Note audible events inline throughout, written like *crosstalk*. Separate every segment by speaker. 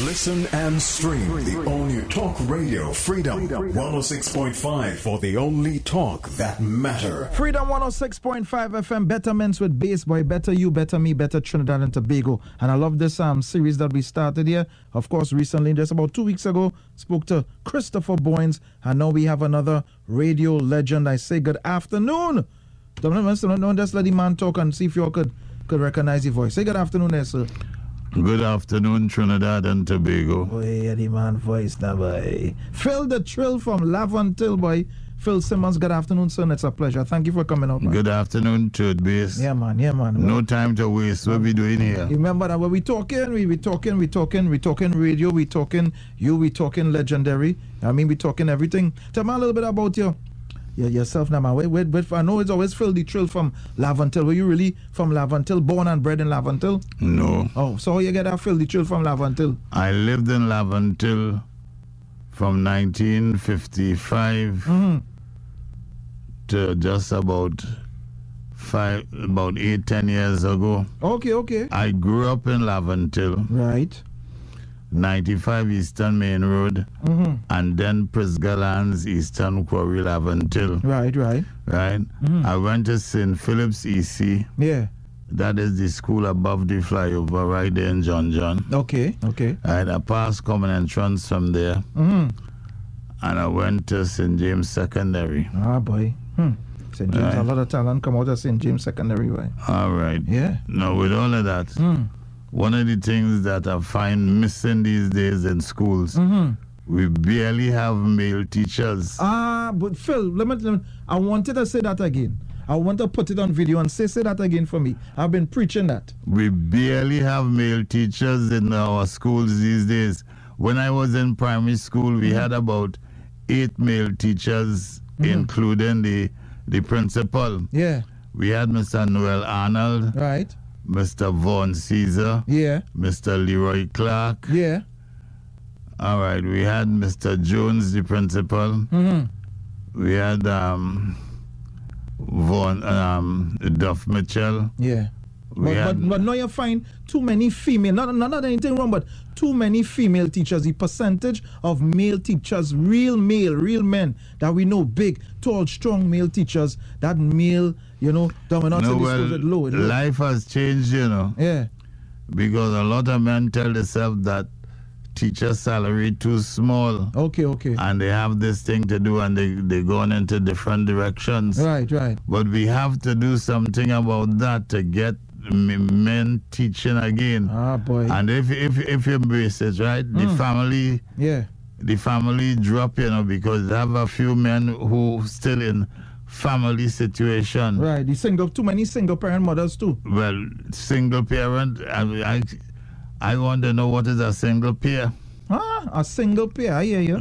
Speaker 1: Listen and stream the only talk radio Freedom 106.5 for the only talk that matter.
Speaker 2: Freedom 106.5 FM, Better Men's with Bass Boy, Better You, Better Me, Better Trinidad and Tobago. And I love this um, series that we started here. Of course, recently, just about two weeks ago, spoke to Christopher Boynes. And now we have another radio legend. I say good afternoon. Dominic Winston, no, just let the man talk and see if you all could, could recognize the voice. Say good afternoon there, sir.
Speaker 3: Good afternoon, Trinidad and Tobago.
Speaker 2: Oh, yeah, the man voice now, boy. Phil the Trill from Lavon Till, boy. Phil Simmons, good afternoon, son. It's a pleasure. Thank you for coming out, man.
Speaker 3: Good afternoon, Toothbase.
Speaker 2: Yeah, man. Yeah, man.
Speaker 3: No time to waste. What we doing here?
Speaker 2: You Remember that when we talking, we we talking, we talking, we talking radio, we talking you, we talking legendary. I mean, we talking everything. Tell me a little bit about you, your yourself now, man. Wait, wait, wait. For, I know it's always Phil the Trill from Lavantil. Were you really from Lavantil, born and bred in Lavantil?
Speaker 3: No.
Speaker 2: Oh, so how you get that Phil the Trill from Lavantil?
Speaker 3: I lived in Lavantil from 1955 to just about five, about eight, ten years ago.
Speaker 2: Okay, okay.
Speaker 3: I grew up in Lavantil,
Speaker 2: Right.
Speaker 3: 95 Eastern Main Road, and then Prisca Lands, Eastern Quarry, Lavantil.
Speaker 2: Right. Right.
Speaker 3: Right? I went to St. Philip's E EC.
Speaker 2: Yeah.
Speaker 3: That is the school above the flyover right there in John John.
Speaker 2: Okay. Okay.
Speaker 3: Right, I passed common entrance from there
Speaker 2: Mm-hmm.
Speaker 3: and I went to St. James Secondary.
Speaker 2: Ah, boy. Hmm. St. James, a
Speaker 3: Right.
Speaker 2: lot of talent come out of St. James Secondary, right?
Speaker 3: All right.
Speaker 2: Yeah.
Speaker 3: Now, with all of that,
Speaker 2: Hmm.
Speaker 3: one of the things that I find missing these days in schools,
Speaker 2: Mm-hmm.
Speaker 3: we barely have male teachers.
Speaker 2: Ah, but Phil, let me, let me- I wanted to say that again. I want to put it on video and say say that again for me. I've been preaching that.
Speaker 3: We barely have male teachers in our schools these days. When I was in primary school, we had about eight male teachers,
Speaker 2: Mm-hmm.
Speaker 3: including the the principal.
Speaker 2: Yeah.
Speaker 3: We had Mr. Noel Arnold,
Speaker 2: Right.
Speaker 3: Mr. Vaughn Caesar,
Speaker 2: Yeah.
Speaker 3: Mr. Leroy Clark.
Speaker 2: Yeah.
Speaker 3: All right, we had Mr. Jones, the principal.
Speaker 2: Mm-hmm.
Speaker 3: We had um, Vaughn um, Duff Mitchell.
Speaker 2: Yeah.
Speaker 3: We
Speaker 2: but,
Speaker 3: had
Speaker 2: but, but now you find too many female, not, not that anything wrong, but too many female teachers. The percentage of male teachers, real male, real men that we know, big, tall, strong male teachers, that male, you know, dominance
Speaker 3: no,
Speaker 2: in the
Speaker 3: well,
Speaker 2: schools is low. it's low.
Speaker 3: life has changed, you know.
Speaker 2: Yeah.
Speaker 3: because a lot of men tell themselves that teacher salary too small
Speaker 2: Okay, okay.
Speaker 3: and they have this thing to do and they, they going into different directions
Speaker 2: Right, right.
Speaker 3: but we have to do something about that to get m- men teaching again
Speaker 2: Ah, boy.
Speaker 3: and if if if you embrace it right the family
Speaker 2: Yeah.
Speaker 3: the family drop you know because they have a few men who still in family situation
Speaker 2: Right, the single too many single parent mothers too.
Speaker 3: well single parent I, I i want to know what is a single peer
Speaker 2: Ah, a single pair. I hear you.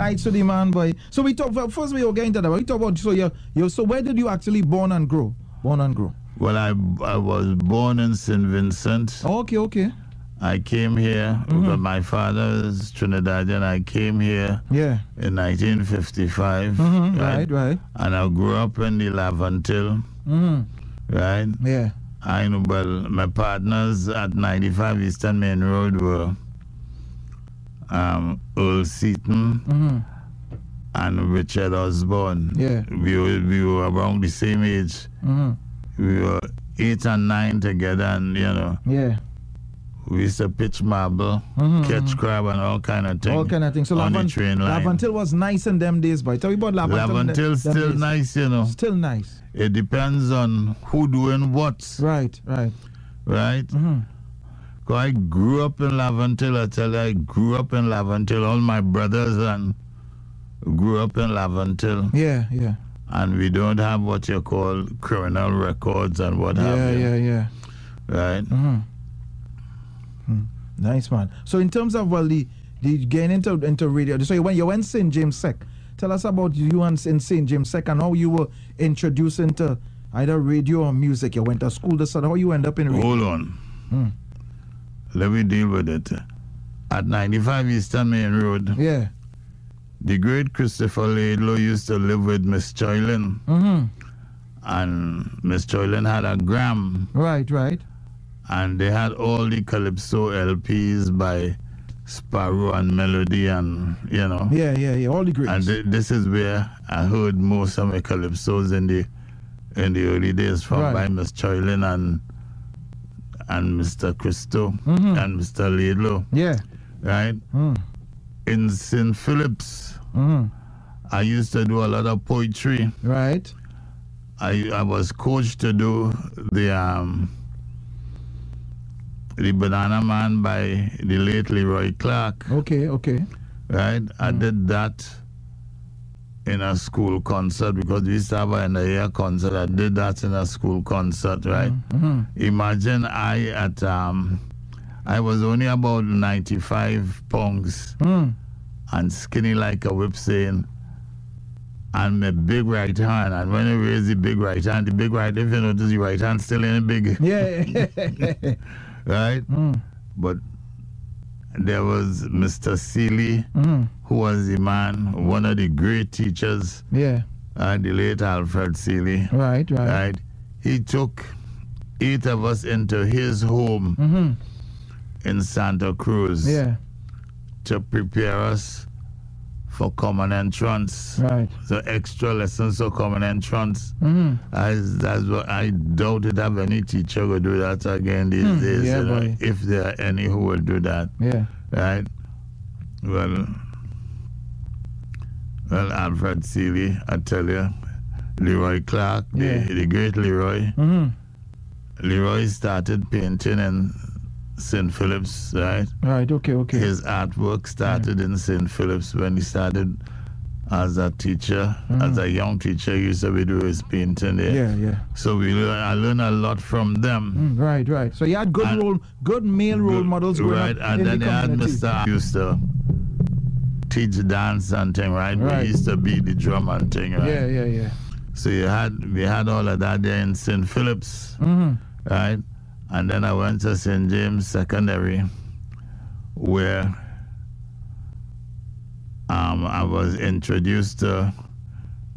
Speaker 2: I to the man boy. So we talk well, first we will get into that. but We talk about so you you so where did you actually born and grow? Born and grow.
Speaker 3: Well, I, I was born in St. Vincent.
Speaker 2: Okay, okay.
Speaker 3: I came here
Speaker 2: Mm-hmm.
Speaker 3: because my father is Trinidadian. I came here
Speaker 2: Yeah.
Speaker 3: in 1955,
Speaker 2: Mm-hmm. Right, right.
Speaker 3: And I grew up in the Lavantil,
Speaker 2: Mm-hmm.
Speaker 3: right?
Speaker 2: Yeah.
Speaker 3: I know, well, my partners at 95 Eastern Main Road were um, Earl Seaton
Speaker 2: Mm-hmm.
Speaker 3: and Richard Osborne.
Speaker 2: Yeah.
Speaker 3: We were, we were around the same age.
Speaker 2: Mm-hmm.
Speaker 3: We were eight and nine together, and, you know,
Speaker 2: Yeah.
Speaker 3: We used to pitch marble,
Speaker 2: Mhm,
Speaker 3: catch crab, and all kind of things.
Speaker 2: All kind of things. So
Speaker 3: on the
Speaker 2: Lavant-
Speaker 3: train line.
Speaker 2: Lavantil was nice in them days, boy. Tell me about Lavantil. in the-
Speaker 3: Lavantil's
Speaker 2: them
Speaker 3: still
Speaker 2: days.
Speaker 3: nice, you know.
Speaker 2: Still nice.
Speaker 3: It depends on who doing what,
Speaker 2: Right, right.
Speaker 3: right?
Speaker 2: Mm-hmm.
Speaker 3: 'Cause I grew up in Lavantil. I tell you, I grew up in Lavantil. All my brothers and grew up in Lavantil,
Speaker 2: Yeah, yeah.
Speaker 3: and we don't have what you call criminal records and what
Speaker 2: Yeah,
Speaker 3: have you,
Speaker 2: yeah, yeah.
Speaker 3: right?
Speaker 2: Mm-hmm. Nice man. So in terms of well, the, the getting into into radio, so you went you went St James Sec. Tell us about you and in St James Sec and how you were introduced into either radio or music. You went to school. This and how you end up in radio.
Speaker 3: Hold on.
Speaker 2: Hmm.
Speaker 3: Let me deal with it. At 95 Eastern Main Road.
Speaker 2: Yeah.
Speaker 3: The great Christopher Laidlaw used to live with Miss Choylin,
Speaker 2: Mm-hmm.
Speaker 3: and Miss Choylin had a gram,
Speaker 2: Right. Right.
Speaker 3: and they had all the calypso LPs by Sparrow and Melody, and you know.
Speaker 2: Yeah, yeah, yeah. All the
Speaker 3: And
Speaker 2: greats.
Speaker 3: th- this is where I heard most of my calypsos in the in the early days from
Speaker 2: Right.
Speaker 3: by Miss Choylin and and Mr. Christo
Speaker 2: Mhm.
Speaker 3: and Mr. Laidlaw,
Speaker 2: Yeah.
Speaker 3: right?
Speaker 2: Mm.
Speaker 3: In St. Philip's,
Speaker 2: Mm.
Speaker 3: I used to do a lot of poetry.
Speaker 2: Right.
Speaker 3: I I was coached to do the um the Banana Man by the late Leroy Clark,
Speaker 2: Okay. Okay.
Speaker 3: right? I did that in a school concert because we used to have an air concert. I did that in a school concert, right?
Speaker 2: Mm-hmm.
Speaker 3: Imagine I at um I was only about ninety five pounds
Speaker 2: Mm.
Speaker 3: and skinny like a whip saying, and my big right hand. And when you raise the big right hand, the big right, if you notice, the right hand still
Speaker 2: *laughs*
Speaker 3: ain't big,
Speaker 2: Yeah.
Speaker 3: right?
Speaker 2: mm.
Speaker 3: But there was Mr. Seeley,
Speaker 2: Mm.
Speaker 3: who was the man, one of the great teachers,
Speaker 2: Yeah.
Speaker 3: and the late Alfred Seeley,
Speaker 2: Right. Right.
Speaker 3: right? He took eight of us into his home
Speaker 2: Mm-hmm.
Speaker 3: in Santa Cruz
Speaker 2: Yeah.
Speaker 3: to prepare us for common entrance.
Speaker 2: Right.
Speaker 3: So extra lessons for common entrance.
Speaker 2: Mm-hmm.
Speaker 3: I, that's what I doubt it have any teacher will do that again these
Speaker 2: Hmm,
Speaker 3: days.
Speaker 2: yeah,
Speaker 3: you know,
Speaker 2: boy.
Speaker 3: if there are any who will do that,
Speaker 2: Yeah.
Speaker 3: right? Well, well, Alfred Seeley, I tell you, Leroy Clark,
Speaker 2: Yeah.
Speaker 3: the, the great Leroy.
Speaker 2: Mm-hmm.
Speaker 3: Leroy started painting in St. Philip's, right?
Speaker 2: Right. Okay. Okay.
Speaker 3: His artwork started in St. Philip's when he started as a teacher, as a young teacher. He used to be doing his painting there.
Speaker 2: Hmm. Yeah. Yeah.
Speaker 3: So we learn, I learned a lot from them.
Speaker 2: Mm, right, right. So you had good
Speaker 3: And-
Speaker 2: role, good male Mm. role models growing
Speaker 3: right?
Speaker 2: up
Speaker 3: And
Speaker 2: in
Speaker 3: then
Speaker 2: the
Speaker 3: they had
Speaker 2: community.
Speaker 3: Mr. used to teach dance and thing, right? But
Speaker 2: Right.
Speaker 3: He used to be the drum and thing, right?
Speaker 2: Yeah, yeah, yeah.
Speaker 3: So you had we had all of that there in St. Philip's,
Speaker 2: Mm-hmm.
Speaker 3: right? And then I went to St. James Secondary, where um, I was introduced to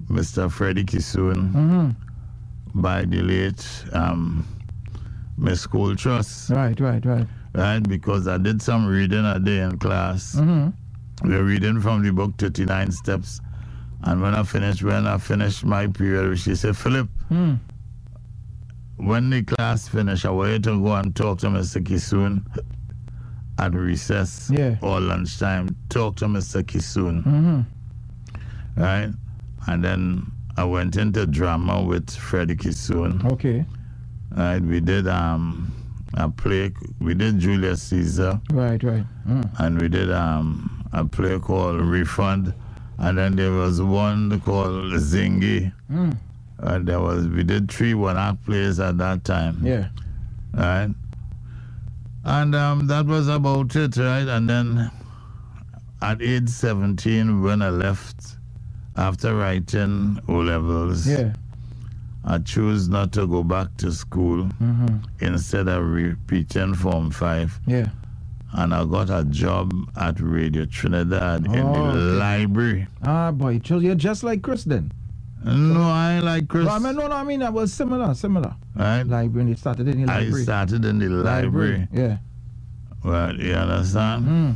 Speaker 3: Mr. Freddie Kisoon
Speaker 2: Mm-hmm.
Speaker 3: by the late um, Miss Coltrus.
Speaker 2: Right, right, right.
Speaker 3: right? Because I did some reading a day in class.
Speaker 2: Mm-hmm.
Speaker 3: We are reading from the book 39 Steps. And when I finished, when I finished my period, she said, Philip,
Speaker 2: Mm.
Speaker 3: when the class finished, I want you to go and talk to Mr. Kisoon at recess
Speaker 2: Yeah.
Speaker 3: or lunchtime. Talk to Mr. Kisoon,
Speaker 2: Mm-hmm.
Speaker 3: right? And then I went into drama with Freddie Kisoon.
Speaker 2: Okay.
Speaker 3: Right? We did um a play. We did Julius Caesar.
Speaker 2: Right, right. Mm.
Speaker 3: and we did um, a play called Refund, and then there was one called Zingy,
Speaker 2: Mm.
Speaker 3: and there was we did three one act plays at that time,
Speaker 2: Yeah.
Speaker 3: right? And um, that was about it, right? And then at age 17, when I left after writing O levels,
Speaker 2: Yeah.
Speaker 3: I chose not to go back to school.
Speaker 2: Mm-hmm.
Speaker 3: Instead, I repeating Form Five
Speaker 2: Yeah.
Speaker 3: and I got a job at Radio Trinidad in the
Speaker 2: Oh, okay.
Speaker 3: library.
Speaker 2: Ah, boy. So you're just like Chris then.
Speaker 3: No, I ain't like Chris.
Speaker 2: No, I mean, no, no, I mean, I was similar, similar.
Speaker 3: right?
Speaker 2: Library, and it started in the
Speaker 3: I
Speaker 2: library.
Speaker 3: started in the library.
Speaker 2: Yeah.
Speaker 3: Well, you understand?
Speaker 2: Mm.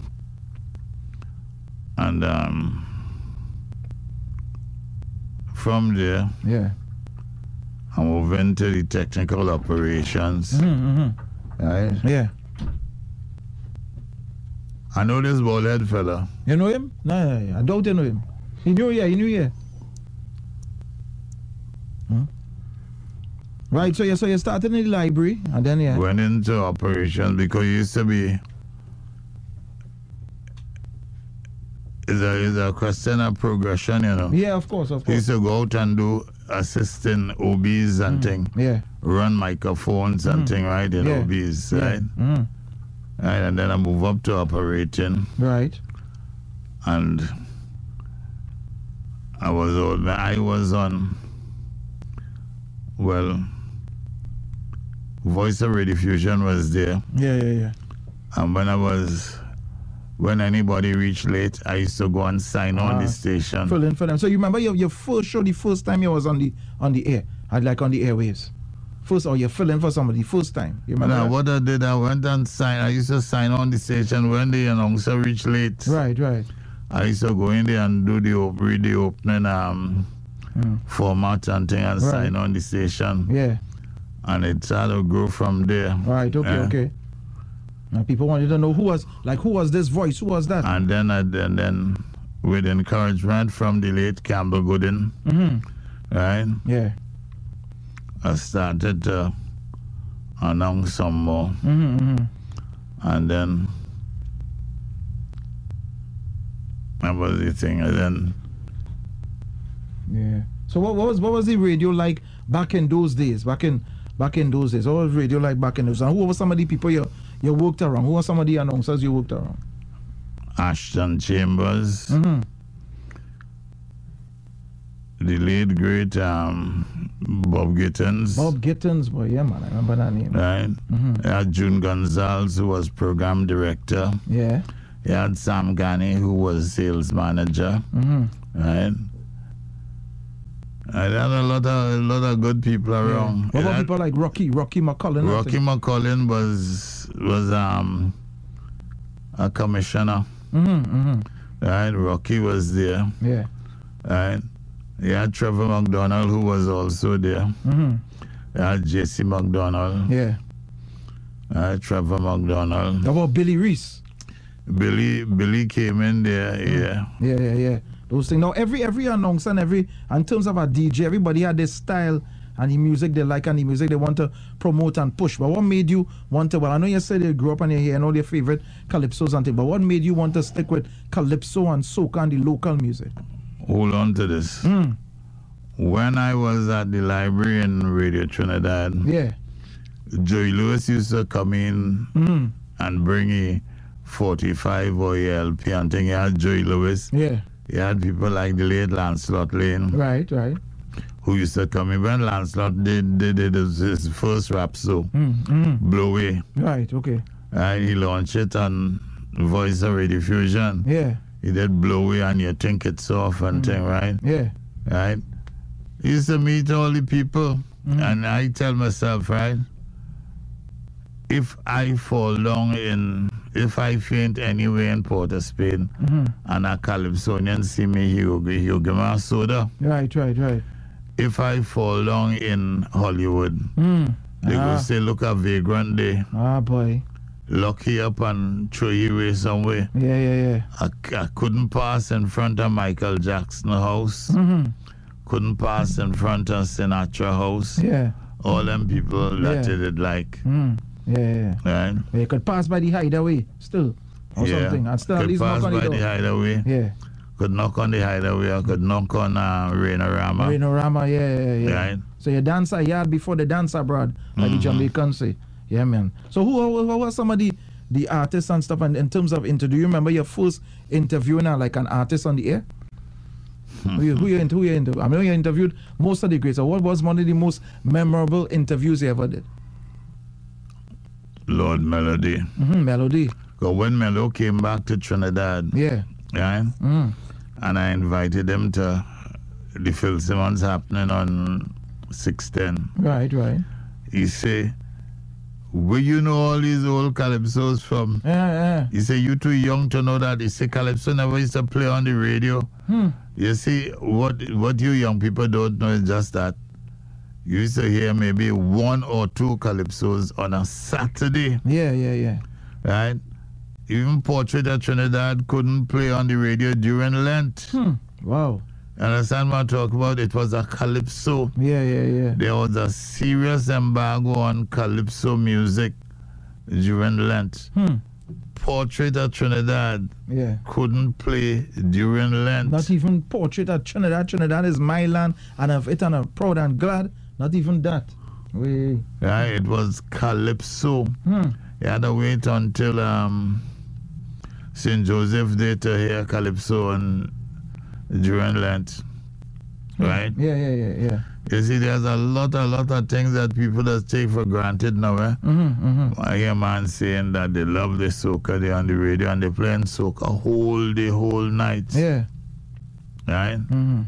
Speaker 3: And um, from there,
Speaker 2: Yeah.
Speaker 3: I moved into the technical operations.
Speaker 2: Mm-hmm.
Speaker 3: Right?
Speaker 2: Yeah.
Speaker 3: I know this bald head fella.
Speaker 2: You know him? No, no, no, I don't know him. He knew yeah, he knew yeah. Huh? Right, so you so you started in the library and then yeah.
Speaker 3: Went into operations because he used to be. It's a, it's a question of progression, you know.
Speaker 2: Yeah, of course, of
Speaker 3: He
Speaker 2: course.
Speaker 3: used to go out and do assisting OBs and thing,
Speaker 2: Yeah.
Speaker 3: run microphones and thing, right? In
Speaker 2: Mm. Yeah.
Speaker 3: OBs,
Speaker 2: yeah.
Speaker 3: right?
Speaker 2: Mm,
Speaker 3: Right, and then I move up to operating,
Speaker 2: right.
Speaker 3: and I was on. I was on. Well, Voice of Radio Fusion was there,
Speaker 2: Yeah, yeah, yeah.
Speaker 3: and when I was, when anybody reached late, I used to go and sign
Speaker 2: Ah.
Speaker 3: on the station.
Speaker 2: Fill in for them. So you remember your your first show, the first time you was on the on the air, and like on the airwaves. first, or you fill in for somebody first time. You remember?
Speaker 3: Now,
Speaker 2: that?
Speaker 3: what I did, I went and signed. I used to sign on the station when the announcer reached late.
Speaker 2: Right, right.
Speaker 3: I used to go in there and do the op- read the opening um, format and thing and
Speaker 2: Right.
Speaker 3: sign on the station.
Speaker 2: Yeah.
Speaker 3: And it started to grow from there.
Speaker 2: Right. Okay.
Speaker 3: Yeah.
Speaker 2: Okay. Now people wanted to know who was like who was this voice? Who was that?
Speaker 3: And then, I, and then with encouragement from the late Campbell Gooden,
Speaker 2: hmm
Speaker 3: right,
Speaker 2: Yeah.
Speaker 3: I started to announce some more.
Speaker 2: hmm hmm
Speaker 3: And then that was the thing. And then
Speaker 2: Yeah. So what, what was what was the radio like back in those days? Back in back in those days, what was radio like back in those? And who were some of the people you you worked around? Who were some of the announcers you worked around?
Speaker 3: Ashton Chambers,
Speaker 2: Mm-hmm.
Speaker 3: the late great um, Bob Gittins,
Speaker 2: Bob Gittins, boy, yeah man, I remember that name.
Speaker 3: right?
Speaker 2: hmm
Speaker 3: You had June Gonzalez, who was program director.
Speaker 2: Yeah.
Speaker 3: You had Sam Gani, who was sales manager,
Speaker 2: Mm-hmm.
Speaker 3: right? I had a lot of a lot of good people around.
Speaker 2: What
Speaker 3: You
Speaker 2: about
Speaker 3: had-
Speaker 2: people like Rocky, Rocky McCullen? I
Speaker 3: Rocky
Speaker 2: think?
Speaker 3: McCollin was was um a commissioner,
Speaker 2: Mhm, mhm.
Speaker 3: right? Rocky was there,
Speaker 2: Yeah.
Speaker 3: right? You had Trevor McDonald who was also there.
Speaker 2: Mhm.
Speaker 3: You had JC McDonald,
Speaker 2: Yeah.
Speaker 3: right? Trevor McDonald.
Speaker 2: What about Billy Reese?
Speaker 3: Billy Billy came in there, yeah.
Speaker 2: Yeah, yeah, yeah. Those things. Now every every announcer and every in terms of a DJ, everybody had their style and the music they like and the music they want to promote and push. But what made you want to well I know you said you grew up and you're hearing all your favorite calypsos and things, but what made you want to stick with calypso and soca and the local music?
Speaker 3: Hold on to this.
Speaker 2: Mm,
Speaker 3: When I was at the library in Radio Trinidad,
Speaker 2: yeah.
Speaker 3: Joey Lewis used to come in
Speaker 2: Mm,
Speaker 3: and bring a 45 or a LP and thing. You had Joey Lewis.
Speaker 2: yeah.
Speaker 3: You had people like the late Lancelot Lane
Speaker 2: Right, right.
Speaker 3: who used to come in when Lancelot did did, did his, his first rap so
Speaker 2: Mm, mm,
Speaker 3: Blow Away.
Speaker 2: right, okay.
Speaker 3: Uh, he launched it on Voice of Radio Fusion.
Speaker 2: Yeah,
Speaker 3: He did Blow Away and You Think It's Off and thing, right?
Speaker 2: yeah.
Speaker 3: Right? He used to meet all the people
Speaker 2: Mm.
Speaker 3: and I tell myself, right? If I fall down in if I faint anywhere in Port of Spain
Speaker 2: mhm.
Speaker 3: and a Calypsonian see me, he will, gi- he will give me a soda.
Speaker 2: Right, right, right.
Speaker 3: if I fall down in Hollywood,
Speaker 2: Mm.
Speaker 3: they
Speaker 2: ah,
Speaker 3: go say, look at Vagrant Day,
Speaker 2: ah, boy.
Speaker 3: lock you up and throw you away somewhere.
Speaker 2: Yeah, yeah, yeah.
Speaker 3: I, c- I couldn't pass in front of Michael Jackson house,
Speaker 2: hmm
Speaker 3: couldn't pass in front of Sinatra house,
Speaker 2: Yeah.
Speaker 3: all them people that
Speaker 2: Yeah.
Speaker 3: they did like,
Speaker 2: Mm. Yeah, yeah, yeah.
Speaker 3: right?
Speaker 2: Yeah, you could pass by the hideaway still or something and still at
Speaker 3: could
Speaker 2: least
Speaker 3: pass
Speaker 2: knock on
Speaker 3: by
Speaker 2: the
Speaker 3: the
Speaker 2: door.
Speaker 3: hideaway,
Speaker 2: yeah.
Speaker 3: could knock on the hideaway, I could knock on uh, Rainorama,
Speaker 2: Marinorama, yeah, yeah, yeah.
Speaker 3: right? Mm-hmm.
Speaker 2: So you dance a yard before the dance abroad, like the Jamaicans say. Yeah, man. So who, who, who were some of the, the artists and stuff and in terms of interview? Do you remember your first interviewing uh, like an artist on the air? who you, who you, inter- who you interviewed? I mean, you interviewed most of the greats. So what was one of the most memorable interviews you ever did?
Speaker 3: Lord Melody.
Speaker 2: hmm Melody.
Speaker 3: 'Cause when Melo came back to Trinidad,
Speaker 2: Yeah.
Speaker 3: right?
Speaker 2: Mm.
Speaker 3: and I invited them to the Phil Simmons happening on 610.
Speaker 2: Right, right.
Speaker 3: He say, where you know all these old calypsos from?
Speaker 2: Yeah, yeah.
Speaker 3: He say, you too young to know that. He say, calypso never used to play on the radio.
Speaker 2: Hmm.
Speaker 3: You see, what what you young people don't know is just that you used to hear maybe one or two calypsos on a Saturday,
Speaker 2: Yeah, yeah, yeah.
Speaker 3: right? Even Portrait of Trinidad couldn't play on the radio during Lent.
Speaker 2: Hmm. Wow.
Speaker 3: Understand what I'm talking about? It was a calypso.
Speaker 2: Yeah, yeah, yeah.
Speaker 3: There was a serious embargo on calypso music during Lent.
Speaker 2: Hmm.
Speaker 3: Portrait of Trinidad
Speaker 2: Yeah.
Speaker 3: couldn't play during Lent.
Speaker 2: Not e- even portrait at Trinidad. Trinidad is my land, and I've it and I'm proud and glad. Not even that. We
Speaker 3: Right? It was calypso.
Speaker 2: hmm.
Speaker 3: You had to wait until um, St. Joseph Day to hear calypso on during Lent.
Speaker 2: Hmm.
Speaker 3: Right?
Speaker 2: Yeah, yeah, yeah, yeah.
Speaker 3: You see, there's a lot, a lot of things that people just take for granted now. Eh?
Speaker 2: Mm-hmm, mm-hmm.
Speaker 3: I hear man saying that they love the soca, they on the radio and they playing soca whole day, whole night.
Speaker 2: Yeah.
Speaker 3: Right?
Speaker 2: Mm-hmm.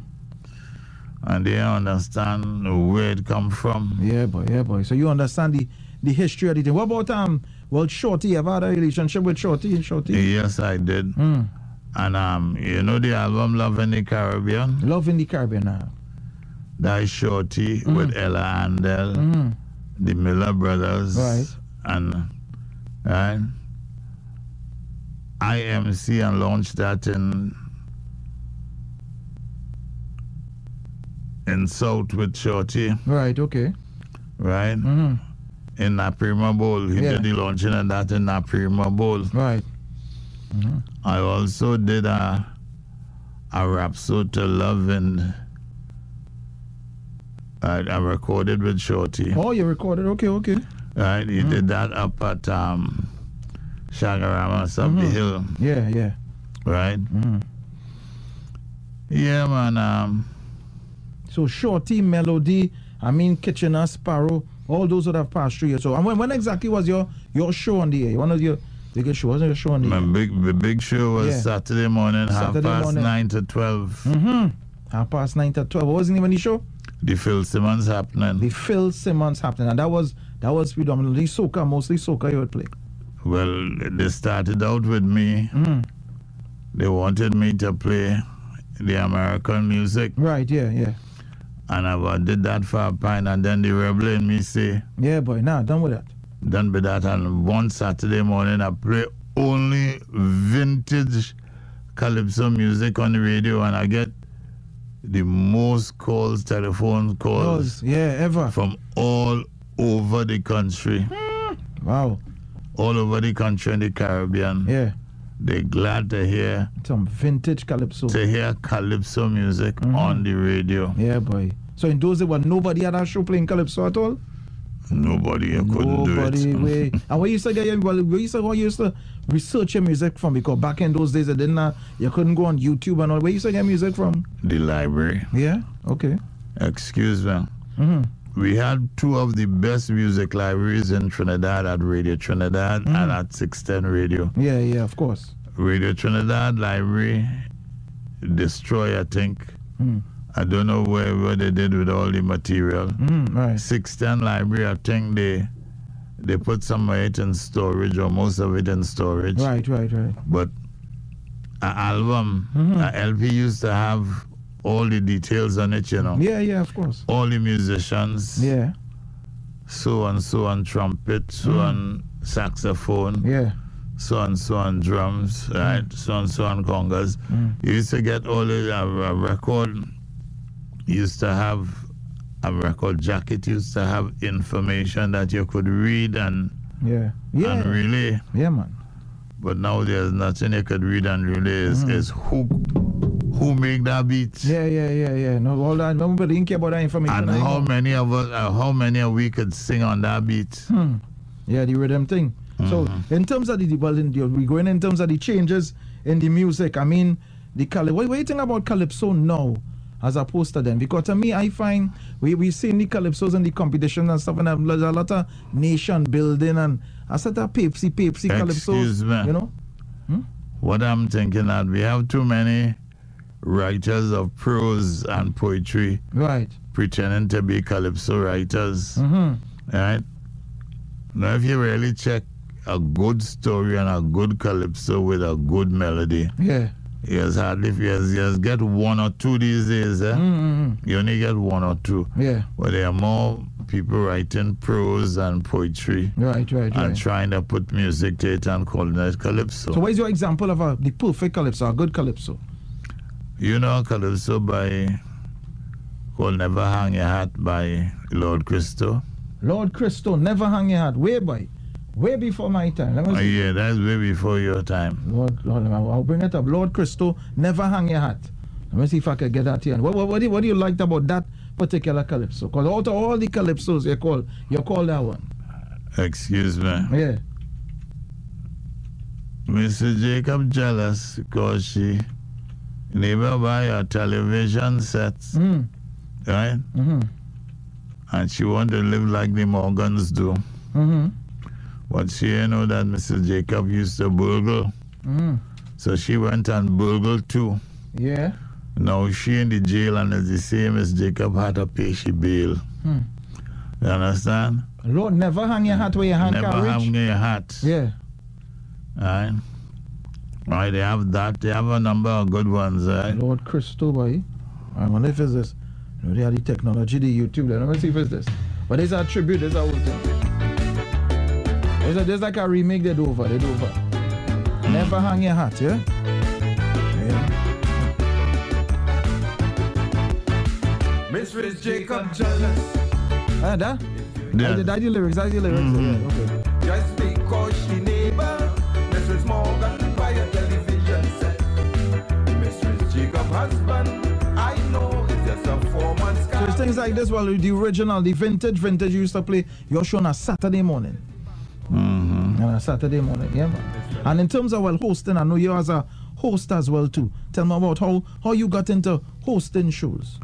Speaker 3: and they understand where it come from.
Speaker 2: Yeah, boy, yeah, boy. So you understand the, the history of the thing. What about um? Well, Shorty, you ever had a relationship with Shorty? Shorty,
Speaker 3: Yes, I did.
Speaker 2: Mm.
Speaker 3: And um, you know the album Love in the Caribbean?
Speaker 2: love in the Caribbean now.
Speaker 3: That Shorty with Ella Handel,
Speaker 2: Mm.
Speaker 3: the Miller Brothers,
Speaker 2: Right.
Speaker 3: and right. IMC and launched that in in South with Shorty,
Speaker 2: Right. Okay.
Speaker 3: right?
Speaker 2: Mm.
Speaker 3: In Naprima Bowl. He
Speaker 2: Yeah.
Speaker 3: did the launching of that in Naprima Bowl.
Speaker 2: Right.
Speaker 3: I also did a a rhapsody to love and I, I recorded with Shorty.
Speaker 2: Oh, Mm-hmm. you recorded. Okay. Okay.
Speaker 3: Right, he did that up at um, Shagaramas up
Speaker 2: Mm-hmm.
Speaker 3: the hill.
Speaker 2: Yeah. Yeah.
Speaker 3: Right.
Speaker 2: Mm.
Speaker 3: Yeah, man. Um,
Speaker 2: So Shorty, Melody, I mean Kitchener, Sparrow, all those that have passed through here. So and when, when exactly was your your show on the air? One of your biggest show wasn't your show on the
Speaker 3: my
Speaker 2: air?
Speaker 3: big the big show was
Speaker 2: Yeah.
Speaker 3: Saturday morning, half
Speaker 2: Saturday
Speaker 3: past
Speaker 2: morning.
Speaker 3: nine to 12
Speaker 2: Mm-hmm. Half past nine to twelve. What was the name of the show?
Speaker 3: The Phil Simmons happening.
Speaker 2: The Phil Simmons happening, and that was that was predominantly soca, mostly soca you would play.
Speaker 3: Well, they started out with me.
Speaker 2: Mm.
Speaker 3: They wanted me to play the American music.
Speaker 2: Right? Yeah. Yeah.
Speaker 3: and I wa- did that for a pint, and then the rebel in me say,
Speaker 2: Yeah, boy. Nah, done with that.
Speaker 3: done be that, and one Saturday morning I play only vintage calypso music on the radio, and I get the most calls, telephone calls
Speaker 2: Was, yeah, ever.
Speaker 3: from all over the country,
Speaker 2: Wow.
Speaker 3: all over the country and the Caribbean.
Speaker 2: Yeah.
Speaker 3: They're glad to hear
Speaker 2: Some vintage calypso.
Speaker 3: to hear calypso music
Speaker 2: Mm-hmm.
Speaker 3: on the radio.
Speaker 2: Yeah, boy. So in those days, when nobody had a show playing calypso at all.
Speaker 3: Nobody here couldn't
Speaker 2: Nobody
Speaker 3: *laughs* do it.
Speaker 2: way. and when you say get your, well, when you say what you used to research your music from because back in those days, they didn't. Uh, you couldn't go on YouTube and all. Where you say get music from?
Speaker 3: The library.
Speaker 2: Yeah. Okay.
Speaker 3: Excuse me.
Speaker 2: Mm-hmm.
Speaker 3: We had two of the best music libraries in Trinidad at Radio Trinidad
Speaker 2: Mm-hmm.
Speaker 3: and at 610 Radio.
Speaker 2: Yeah. Yeah. Of course.
Speaker 3: Radio Trinidad Library destroyed, I think.
Speaker 2: Mm.
Speaker 3: I don't know where, what they did with all the material.
Speaker 2: Mm, right.
Speaker 3: 610 Library, I think they they put some of it in storage or most of it in storage.
Speaker 2: Right. Right. Right.
Speaker 3: But an album,
Speaker 2: Mm-hmm.
Speaker 3: a LP used to have all the details on it, you know.
Speaker 2: Yeah. Yeah. Of course.
Speaker 3: All the musicians.
Speaker 2: Yeah.
Speaker 3: so and so on trumpet, so on saxophone,
Speaker 2: Mm. Yeah. Mm.
Speaker 3: so and so on drums, right, so and so on congas. You used to get all the a, a record. You used to have a record jacket. Used to have information that you could read and
Speaker 2: Yeah. Yeah.
Speaker 3: and relay.
Speaker 2: yeah, man.
Speaker 3: But now there's nothing you could read and relay. It's, it's who who make that beat.
Speaker 2: Mm-hmm. Yeah. Yeah. Yeah. Yeah. No, all that. Nobody didn't care about that information.
Speaker 3: And how
Speaker 2: anymore.
Speaker 3: many of us, uh, how many of we could sing on that beat?
Speaker 2: Hmm. Yeah, the rhythm thing.
Speaker 3: Mm-hmm.
Speaker 2: So in terms of the well, in the, we going in terms of the changes in the music. I mean, the calypso. What, what you think about calypso now, as opposed to then? Because to me, I find we we seen the calypsos and the competition and stuff, and um, there's a lot of nation building and a set of Pepsi Pepsi calypsos.
Speaker 3: Excuse me.
Speaker 2: You know?
Speaker 3: What I'm thinking that we have too many writers of prose and poetry
Speaker 2: Right.
Speaker 3: pretending to be calypso writers,
Speaker 2: hmm
Speaker 3: right? Now, if you really check a good story and a good calypso with a good melody,
Speaker 2: Yeah.
Speaker 3: yes, hardly if yes, yes, get one or two these days. Eh?
Speaker 2: mm mm
Speaker 3: You only get one or two,
Speaker 2: mm. Yeah.
Speaker 3: but there are more people writing prose and poetry
Speaker 2: Right. Right.
Speaker 3: and
Speaker 2: Right.
Speaker 3: trying to put music to it and calling it calypso.
Speaker 2: so what is your example of a the perfect calypso, a good calypso?
Speaker 3: You know Calypso by called Never Hang Your Hat by Lord Christo.
Speaker 2: Lord Christo, never hang your hat. Way by, way before my time. Let me
Speaker 3: Oh,
Speaker 2: see.
Speaker 3: yeah, that's way before your time.
Speaker 2: Lord, Lord, I'll I'll bring it up. Lord Christo, never hang your hat. Let me see if I can get that here. What, what, what, do, you- what do you liked about that particular calypso? Because out of all the calypsos you call, you call that one.
Speaker 3: Excuse me.
Speaker 2: Yeah.
Speaker 3: Mr. Jacob jealous because she never buy a television set,
Speaker 2: Mm,
Speaker 3: right?
Speaker 2: mm-hmm,
Speaker 3: And she want to live like the Morgans do.
Speaker 2: mm-hmm,
Speaker 3: But she ain't know that Mr. Jacob used to burgle.
Speaker 2: mm-hmm.
Speaker 3: So she went and burgled too.
Speaker 2: Yeah.
Speaker 3: Now she in the jail and it's the same as Jacob had to pay she bail.
Speaker 2: Hmm.
Speaker 3: You understand?
Speaker 2: Lord, never hang your hat where your hand
Speaker 3: Never
Speaker 2: can
Speaker 3: have
Speaker 2: reach.
Speaker 3: near your hat.
Speaker 2: Yeah.
Speaker 3: Right? Right, they have that. They have a number of good ones, right?
Speaker 2: Lord Christo, boy. I wonder if it's this. You know, they have the technology, the YouTube. Let me see if it's this. But it's a tribute. It's a whole thing. It's, a, it's like a remake. They do over. They do over. Never hang your hat, yeah? Yeah.
Speaker 4: Mistress Jacob jealous
Speaker 2: Ah, that?
Speaker 3: Yeah.
Speaker 2: That's the lyrics. That's the lyrics.
Speaker 3: Mhm.
Speaker 2: Yeah, okay.
Speaker 4: just because she neighbor. Mrs. Morgan by a television set. Mistress Jacob husband, I know it's just a four-month
Speaker 2: So
Speaker 4: sky.
Speaker 2: it's things like this. Well, the original, the vintage, vintage you used to play, you're shown a Saturday morning.
Speaker 3: Mm-hmm.
Speaker 2: on a Saturday morning. Yeah, man. And in terms of well hosting, I know you as a host as well too. Tell me about how how you got into hosting shows.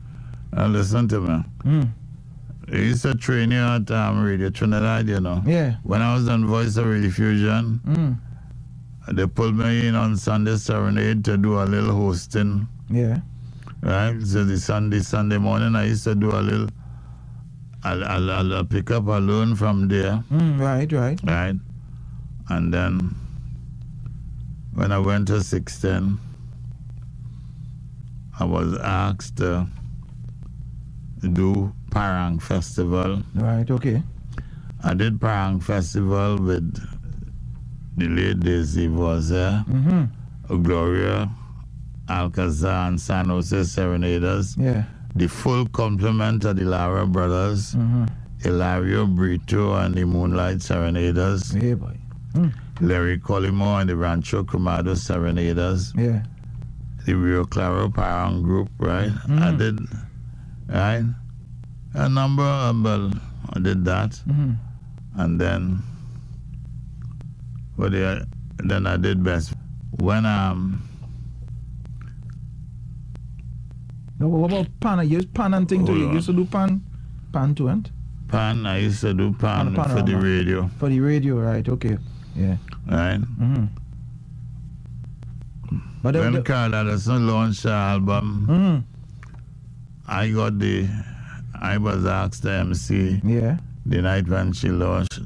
Speaker 3: Now listen to me.
Speaker 2: Mm.
Speaker 3: They used to train you at um, Radio Trinidad, you know.
Speaker 2: Yeah.
Speaker 3: When I was on Voice of Refusion,
Speaker 2: Mm.
Speaker 3: they pulled me in on Sunday Serenade to do a little hosting,
Speaker 2: Yeah.
Speaker 3: right? So the Sunday Sunday morning, I used to do a little. I'll, I'll, I'll- I'll pick up a loan from there,
Speaker 2: Mm, right. Right.
Speaker 3: right? And then when I went to 610, I was asked to do Parang Festival.
Speaker 2: Right. Okay.
Speaker 3: I did Parang Festival with the late Daisy was there,
Speaker 2: Mm-hmm.
Speaker 3: Gloria, Alcazar, and San Jose Serenaders,
Speaker 2: Yeah.
Speaker 3: the full complement of the Lara Brothers,
Speaker 2: Mm-hmm.
Speaker 3: Hilario Brito and the Moonlight Serenaders,
Speaker 2: Yeah, boy.
Speaker 3: Larry Collymore and the Rancho Comado Serenaders,
Speaker 2: Yeah.
Speaker 3: the Rio Claro Parang Group, right? I
Speaker 2: Mhm.
Speaker 3: did, right? A number of, well, I did that.
Speaker 2: Mm-hmm.
Speaker 3: and then what they, then I did best when um
Speaker 2: Now, what about pan? You used pan and thing too.
Speaker 3: Hold
Speaker 2: You
Speaker 3: on.
Speaker 2: used to do pan, pan to and
Speaker 3: pan I used to do
Speaker 2: Pan-
Speaker 3: pan for the
Speaker 2: panorama.
Speaker 3: radio
Speaker 2: for the radio. Right. Okay. Yeah.
Speaker 3: right
Speaker 2: Mm-hmm. But
Speaker 3: when
Speaker 2: the, the,
Speaker 3: Carl Addison launched the album
Speaker 2: mm,
Speaker 3: I got the I was asked to MC
Speaker 2: yeah.
Speaker 3: the night when she launched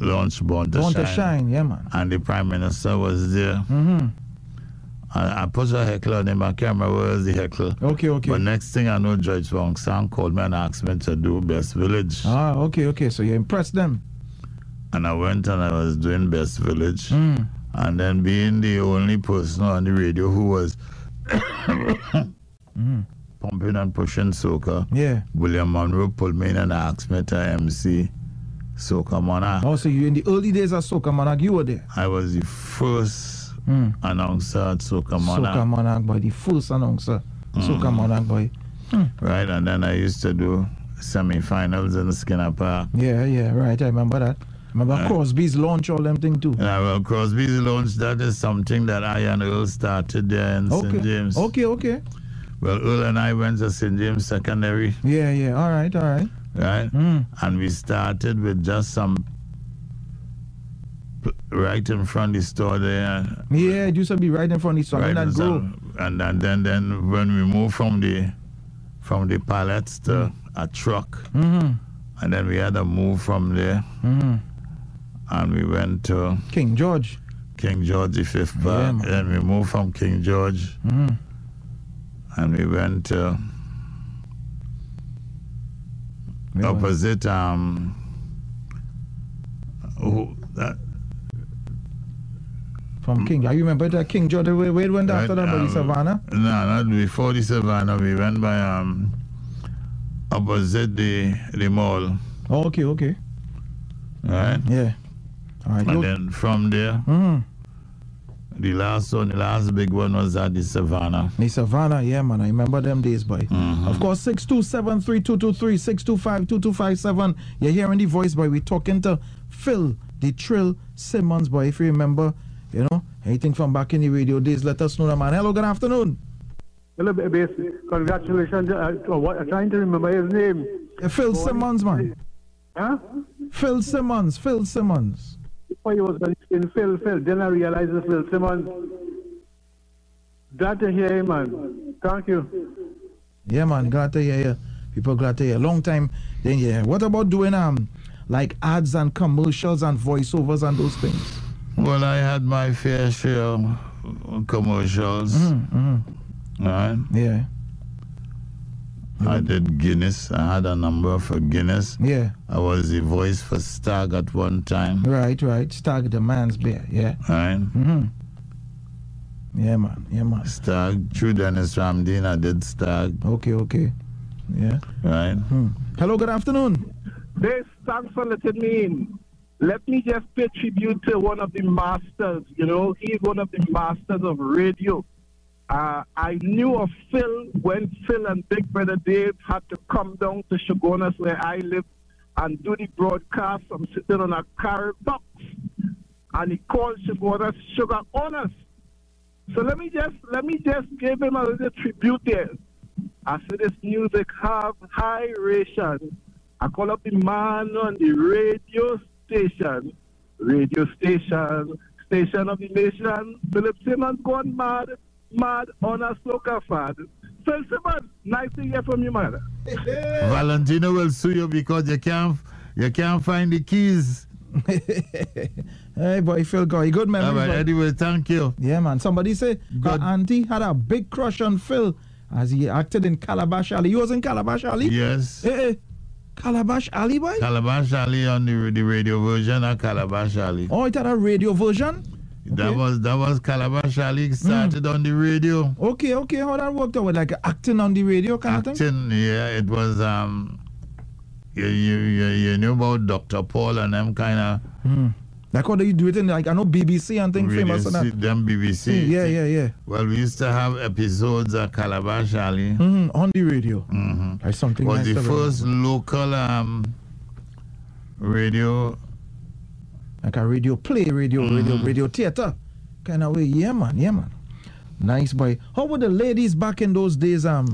Speaker 3: launched Born to,
Speaker 2: Want
Speaker 3: Shine,
Speaker 2: to shine. Yeah, man.
Speaker 3: and the Prime Minister was there
Speaker 2: Mm-hmm.
Speaker 3: I, I put a heckle on him I can't remember what was the heckle
Speaker 2: Okay. Okay.
Speaker 3: but next thing I know George Wong Sang called me and asked me to do Best Village
Speaker 2: Ah, okay, okay. So you impressed them.
Speaker 3: and I went and I was doing Best Village,
Speaker 2: Mm.
Speaker 3: and then being the only person on the radio who
Speaker 2: *coughs*
Speaker 3: was
Speaker 2: Mm.
Speaker 3: pumping and pushing soca,
Speaker 2: Yeah.
Speaker 3: William Monroe pulled me in and asked me to MC Soca Monarch.
Speaker 2: Oh, so you in the early days of Soca Monarch, you were there.
Speaker 3: I was the first
Speaker 2: Mm.
Speaker 3: announcer at Soca Monarch, Mm.
Speaker 2: Soca Monarch boy, the first announcer. Soca Monarch boy.
Speaker 3: right? And then I used to do semifinals in Skinner Park.
Speaker 2: Yeah, yeah, right. I remember that. Remember
Speaker 3: Uh,
Speaker 2: Crosby's launch, all them thing too.
Speaker 3: And I will Crosby's launch, that is something that I and Earl started there in St.
Speaker 2: Okay.
Speaker 3: James.
Speaker 2: Okay, okay.
Speaker 3: Well, Earl and I went to St. James Secondary,
Speaker 2: Yeah, yeah. All right, all right.
Speaker 3: right?
Speaker 2: Mm.
Speaker 3: and we started with just some p- right in front of the store there.
Speaker 2: Yeah, it used to be right in front of the store.
Speaker 3: right
Speaker 2: in
Speaker 3: in
Speaker 2: that grove.
Speaker 3: some- and, and then then when we moved from the from the pallets to a truck,
Speaker 2: Mm. Mm-hmm.
Speaker 3: and then we had to move from there,
Speaker 2: Mm-hmm.
Speaker 3: and we went to
Speaker 2: King George.
Speaker 3: King George the Fifth
Speaker 2: Yeah,
Speaker 3: Park.
Speaker 2: man.
Speaker 3: then we moved from King George,
Speaker 2: Mm-hmm.
Speaker 3: and we went to opposite um. who- that,
Speaker 2: From King. I remember that King George. Where, where it went after
Speaker 3: Right,
Speaker 2: that, buddy
Speaker 3: um,
Speaker 2: Savannah?
Speaker 3: No, not before the Savannah. We went by um opposite the the mall,
Speaker 2: Oh, okay, okay.
Speaker 3: right?
Speaker 2: Yeah. All right.
Speaker 3: And then from there,
Speaker 2: Mm-hmm.
Speaker 3: the last one, the last big one was at the Savannah.
Speaker 2: The Savannah, yeah, man. I remember them days, boy.
Speaker 3: Mhm.
Speaker 2: Of course, 627-3223, 625-2257. You're hearing the voice, boy. We're talking to Phil, the Trill Simmons, boy. If you remember, you know, anything from back in the radio days, let us know, that, man. Hello, good afternoon.
Speaker 5: Hello, baby. Congratulations. Uh, to- what- I'm trying to remember his name.
Speaker 2: Uh, Phil Simmons, man.
Speaker 5: Huh?
Speaker 2: Phil Simmons, Phil Simmons.
Speaker 5: Before he was in Phil, Phil. Then I realized it's Phil Simmons. Glad to hear him, man. Thank you.
Speaker 2: Yeah, man, glad to hear you. People glad to hear. Long time then yeah. What about doing um like ads and commercials and voiceovers and those things?
Speaker 3: Well, I had my fair share of commercials.
Speaker 2: Mm.
Speaker 3: All right.
Speaker 2: Yeah,
Speaker 3: I did Guinness. I had a number for Guinness.
Speaker 2: yeah.
Speaker 3: I was the voice for Stag at one time.
Speaker 2: Right, right. Stag the man's beer. Yeah.
Speaker 3: All right.
Speaker 2: Yeah, man. Yeah, man.
Speaker 3: Stag. Through Dennis Ramdeen, I did Stag.
Speaker 2: Okay, okay. Yeah.
Speaker 3: Right.
Speaker 2: Hello, good afternoon.
Speaker 6: This, thanks for letting me in. Let me just pay tribute to one of the masters, you know, he's one of the masters of radio. Uh, I knew of Phil when Phil and Big Brother Dave had to come down to Shogunas where I live and do the broadcast from sitting on a carrot box. And he called Shogunas Sugar on us. So let me just let me just give him a little tribute there. I see this music have high ration. I call up the man on the radio station. Radio station, station of the nation. Philip Simmons gone mad, mad on a soccer fad. Phil Simmons, nice to hear from you, man.
Speaker 3: Valentino will sue you because you can't you can't find the keys.
Speaker 2: *laughs* Hey, boy, Phil Goy. Good
Speaker 3: All
Speaker 2: memories.
Speaker 3: right.
Speaker 2: boy.
Speaker 3: Anyway, thank you.
Speaker 2: Yeah, man. Somebody say
Speaker 3: Good.
Speaker 2: that auntie had a big crush on Phil as he acted in Calabash Alley. He was in Calabash Alley?
Speaker 3: Yes.
Speaker 2: Eh, eh. Calabash Alley, boy?
Speaker 3: Calabash Alley on the, the radio version of Calabash Alley.
Speaker 2: oh, it had a radio version?
Speaker 3: That
Speaker 2: okay.
Speaker 3: was that was Calabash
Speaker 2: Hmm.
Speaker 3: Alley started on the radio.
Speaker 2: Okay, okay. How that worked out? Like acting on the radio kind of thing?
Speaker 3: Acting, yeah, it was um you you, you, you knew about Dr. Paul and them kinda
Speaker 2: Like how do you do it in, like, I know BBC and things
Speaker 3: radio
Speaker 2: famous and
Speaker 3: se-
Speaker 2: that. Hmm,
Speaker 3: them BBC.
Speaker 2: Yeah, yeah, yeah.
Speaker 3: Well we used to have episodes of Calabash Alley.
Speaker 2: Mm, on the radio.
Speaker 3: Mhm.
Speaker 2: Like something
Speaker 3: was
Speaker 2: nice
Speaker 3: the
Speaker 2: to remember.
Speaker 3: first local um radio
Speaker 2: like a radio play, radio, radio,
Speaker 3: Mm-hmm.
Speaker 2: radio theater kind of way. Yeah, man, yeah, man. Nice boy. How were the ladies back in those days? Um,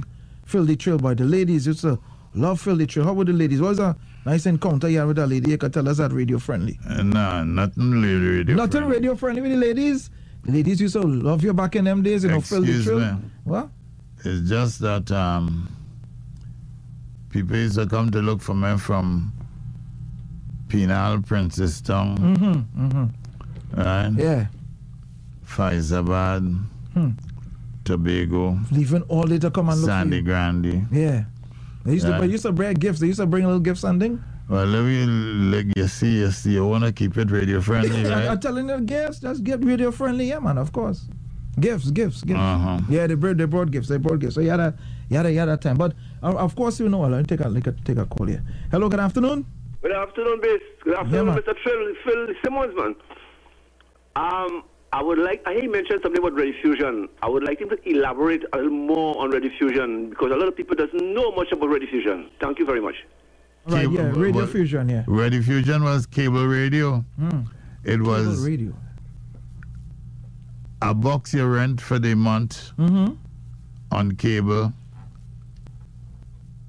Speaker 2: Phil the Trail boy. The ladies used to love Phil the Trail. How were the ladies? What was a nice encounter you had with a lady? You could tell us that radio friendly.
Speaker 3: uh, nah, nothing really radio.
Speaker 2: Nothing
Speaker 3: friendly.
Speaker 2: radio friendly with the ladies. The ladies used to love you back in them days. You know, Phil the
Speaker 3: Excuse
Speaker 2: Trail.
Speaker 3: me.
Speaker 2: What?
Speaker 3: It's just that um, people used to come to look for me from Penal, Princeton,
Speaker 2: Mm-hmm. Mm-hmm.
Speaker 3: right?
Speaker 2: Yeah.
Speaker 3: Faizabad,
Speaker 2: Hmm.
Speaker 3: Tobago,
Speaker 2: Leaving all day to come and look
Speaker 3: Sandy Grande.
Speaker 2: for you. Yeah. They used
Speaker 3: Yeah.
Speaker 2: to. They used to bring gifts. They used to bring little gifts and thing.
Speaker 3: Well, let me look, you see, you see, you want to keep it
Speaker 2: *laughs*
Speaker 3: radio friendly,
Speaker 2: I, am
Speaker 3: right?
Speaker 2: telling you, gifts. Just get radio friendly, yeah, man. Of course, gifts, gifts, gifts.
Speaker 3: Uh-huh.
Speaker 2: Yeah, they brought they brought gifts. They brought gifts. So yada yada yada time. But uh, of course, you know. Let me take a look at take a call here. Hello, good afternoon.
Speaker 7: Good afternoon, Bass. Good afternoon,
Speaker 2: man.
Speaker 7: Mr. Phil, Phil Simmons, man. Um, I would like, I hear you mentioned something about Red Fusion. I would like him to elaborate a little more on Red Fusion because a lot of people doesn't know much about Red Fusion. Thank you very much.
Speaker 2: Right,
Speaker 3: Cable-
Speaker 2: yeah, Radio
Speaker 3: well-
Speaker 2: Fusion, yeah.
Speaker 3: Radio Fusion was cable radio. It
Speaker 2: Hmm. Cable
Speaker 3: was
Speaker 2: radio.
Speaker 3: a box you rent for the month
Speaker 2: Mm-hmm.
Speaker 3: on cable,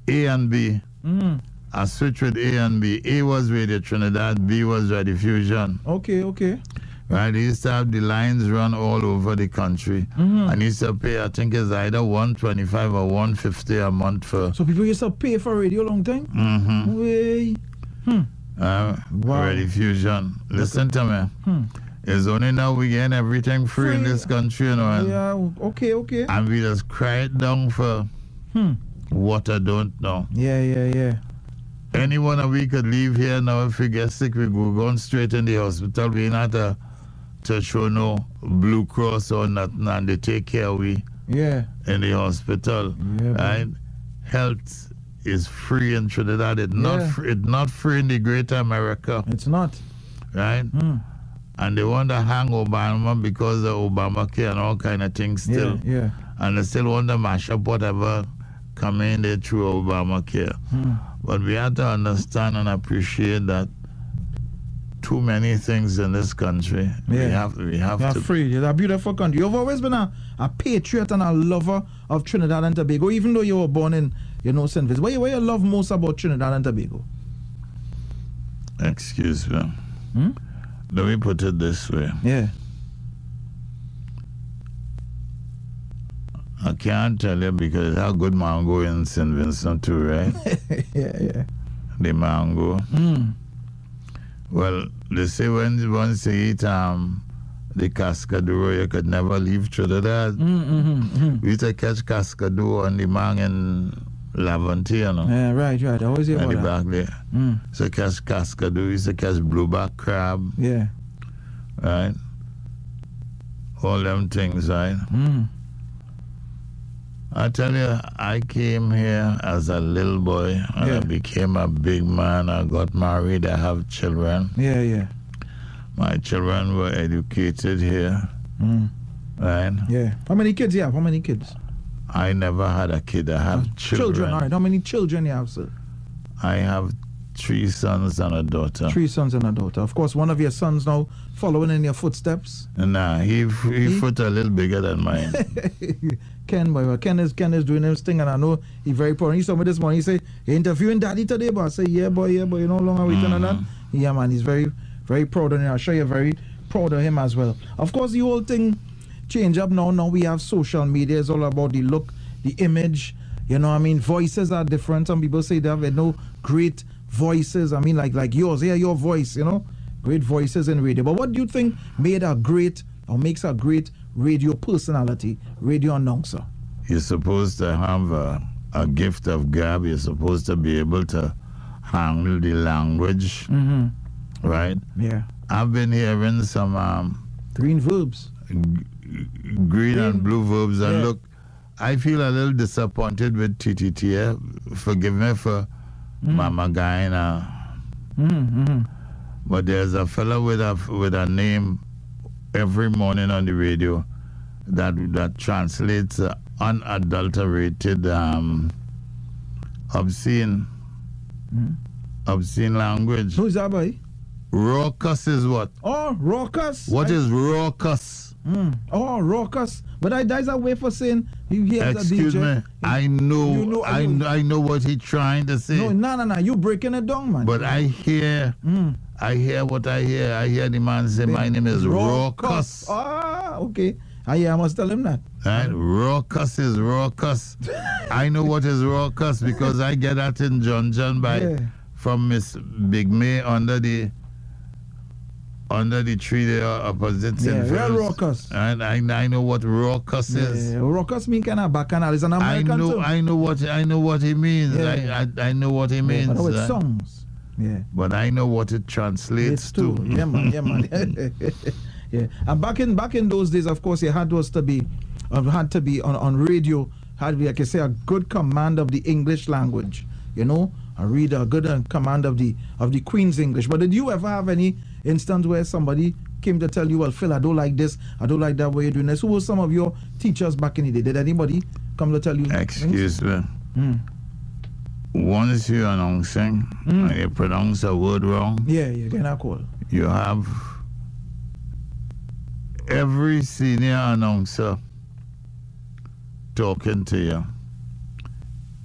Speaker 3: A and B.
Speaker 2: Mm-hmm.
Speaker 3: I switched with A and B. A was Radio Trinidad, B was Radio Fusion.
Speaker 2: Okay, okay.
Speaker 3: Right, they used to have the lines run all over the country.
Speaker 2: Mhm.
Speaker 3: And used to pay, I think it's either 125 or 150 a month for
Speaker 2: So people used to pay for radio long time.
Speaker 3: hmm
Speaker 2: Way.
Speaker 3: uh,
Speaker 2: Mm-hmm. Wow.
Speaker 3: Radio Fusion. Listen to me.
Speaker 2: Hmm.
Speaker 3: It's only now we get everything free, in
Speaker 2: Free.
Speaker 3: this country, you know. And,
Speaker 2: Yeah. Okay, okay.
Speaker 3: and we just cry it down for
Speaker 2: Hmm.
Speaker 3: what I don't know.
Speaker 2: Yeah, yeah, yeah.
Speaker 3: Anyone that we could leave here now, if we get sick, we go going straight in the hospital. We not a to show no Blue Cross or nothing, and they take care of we
Speaker 2: Yeah.
Speaker 3: in the hospital.
Speaker 2: Yeah,
Speaker 3: right? Health is free in Trinidad. It's not
Speaker 2: Yeah.
Speaker 3: free, it's not free in the Greater America,
Speaker 2: It's not.
Speaker 3: right?
Speaker 2: Mm.
Speaker 3: And they want to hang Obama because of Obamacare and all kind of things still,
Speaker 2: Yeah, yeah.
Speaker 3: and they still want to mash up whatever come in there through Obamacare.
Speaker 2: Hmm.
Speaker 3: But we have to understand and appreciate that too many things in this country. We
Speaker 2: Yeah.
Speaker 3: have we have
Speaker 2: You're
Speaker 3: to
Speaker 2: free. It's a beautiful country. You've always been a, a patriot and a lover of Trinidad and Tobago, even though you were born in, you know, St. Vincent. What you, what you love most about Trinidad and Tobago?
Speaker 3: excuse me.
Speaker 2: Hmm?
Speaker 3: Let me put it this way.
Speaker 2: Yeah.
Speaker 3: I can't tell you because how good mango in St. Vincent too,
Speaker 2: *laughs*
Speaker 3: right?
Speaker 2: *laughs* yeah, yeah.
Speaker 3: the mango.
Speaker 2: Mm.
Speaker 3: Well, they say when once you eat um, the cascaduro, you could never leave Trinidad.
Speaker 2: Mm-hmm.
Speaker 3: We used to catch cascaduro on the man in Lavante, you know,
Speaker 2: Yeah, right, right. I always hear
Speaker 3: at the
Speaker 2: about that.
Speaker 3: back there.
Speaker 2: Mm,
Speaker 3: So catch cascaduro, we used to catch blueback crab,
Speaker 2: yeah.
Speaker 3: right? All them things, right?
Speaker 2: Mm.
Speaker 3: I tell you, I came here as a little boy and
Speaker 2: Yeah.
Speaker 3: I became a big man. I got married, I have children.
Speaker 2: Yeah, yeah.
Speaker 3: My children were educated here,
Speaker 2: Mm.
Speaker 3: right?
Speaker 2: Yeah. How many kids you have? How many kids?
Speaker 3: I never had a kid. I have children.
Speaker 2: All right. How many children you have, sir?
Speaker 3: I have three sons and a daughter.
Speaker 2: Three sons and a daughter. Of course, one of your sons now following in your footsteps.
Speaker 3: Nah, he
Speaker 2: He-
Speaker 3: he foot a little bigger than mine.
Speaker 2: Ken, boy, well, Ken is Ken is doing his thing, and I know he very proud. He told me this morning. He say "You interviewing daddy today, but I say yeah, boy, yeah, boy. You know, how long are waiting on that. Yeah, man, he's very, very proud of him. I'm sure you're very proud of him as well. Of course, the whole thing change up now. Now we have social media. It's all about the look, the image. You know, what I mean, voices are different. Some people say they have uh, no great voices. I mean, like like yours. Yeah, your voice. You know, great voices in radio. But what do you think made a great or makes a great radio personality, radio announcer?
Speaker 3: You're supposed to have a, a gift of gab. You're supposed to be able to handle the language,
Speaker 2: Mm-hmm.
Speaker 3: right?
Speaker 2: Yeah.
Speaker 3: I've been hearing some um,
Speaker 2: Green verbs.
Speaker 3: green, and blue verbs, and
Speaker 2: Yeah.
Speaker 3: look, I feel a little disappointed with TTT. eh? Forgive me for Mama Guyana.
Speaker 2: Mm-hmm.
Speaker 3: But there's a fella with a with a name every morning on the radio that that translates uh, unadulterated, um, obscene, obscene language.
Speaker 2: Who's that boy?
Speaker 3: Raucous is what?
Speaker 2: Oh, raucous.
Speaker 3: What is raucous?
Speaker 2: Mm. Oh, raucous. But I that's a way for saying you hear the
Speaker 3: Excuse
Speaker 2: DJ.
Speaker 3: me. I know,
Speaker 2: You know-
Speaker 3: I,
Speaker 2: you-
Speaker 3: I know what he's trying to say.
Speaker 2: No, no, no, no. You breaking it down, man.
Speaker 3: But I hear,
Speaker 2: Mm.
Speaker 3: I hear what I hear. I hear the man say, "My name is Raucous."
Speaker 2: Ah, okay. Ah, yeah, I must tell him that.
Speaker 3: Right? Raucous
Speaker 2: *laughs*
Speaker 3: is raucous. I know what is raucous because I get that in John John by
Speaker 2: Yeah.
Speaker 3: from Miss Big May under the under the tree there opposite
Speaker 2: Yeah,
Speaker 3: St.
Speaker 2: real
Speaker 3: Phil's.
Speaker 2: raucous.
Speaker 3: And I, I know what raucous is.
Speaker 2: Yeah, Eh, raucous mean kind of bacchanal. It's an
Speaker 3: I
Speaker 2: American
Speaker 3: know
Speaker 2: term.
Speaker 3: I know what I know what he means.
Speaker 2: Yeah.
Speaker 3: I, I I know what he
Speaker 2: Yeah,
Speaker 3: means. eh?
Speaker 2: but with
Speaker 3: right?
Speaker 2: songs. Yeah.
Speaker 3: But I know what it translates
Speaker 2: It's
Speaker 3: to.
Speaker 2: too. Yeah, man. Yeah, man. *laughs* yeah. And back in back in those days, of course, you had was to be, uh, had to be on on radio. Had to be, like you say, a good command of the English language. You know, a reader, a good uh, command of the of the Queen's English. But did you ever have any instance where somebody came to tell you, "Well, Phil, I don't like this. I don't like that way you're doing this." Who were some of your teachers back in the day? Did anybody come to tell you? things?
Speaker 3: Excuse me.
Speaker 2: Mm.
Speaker 3: Once you're announcing
Speaker 2: Mm.
Speaker 3: and you pronounce a word wrong,
Speaker 2: Yeah, yeah, then I call.
Speaker 3: you have every senior announcer talking to you.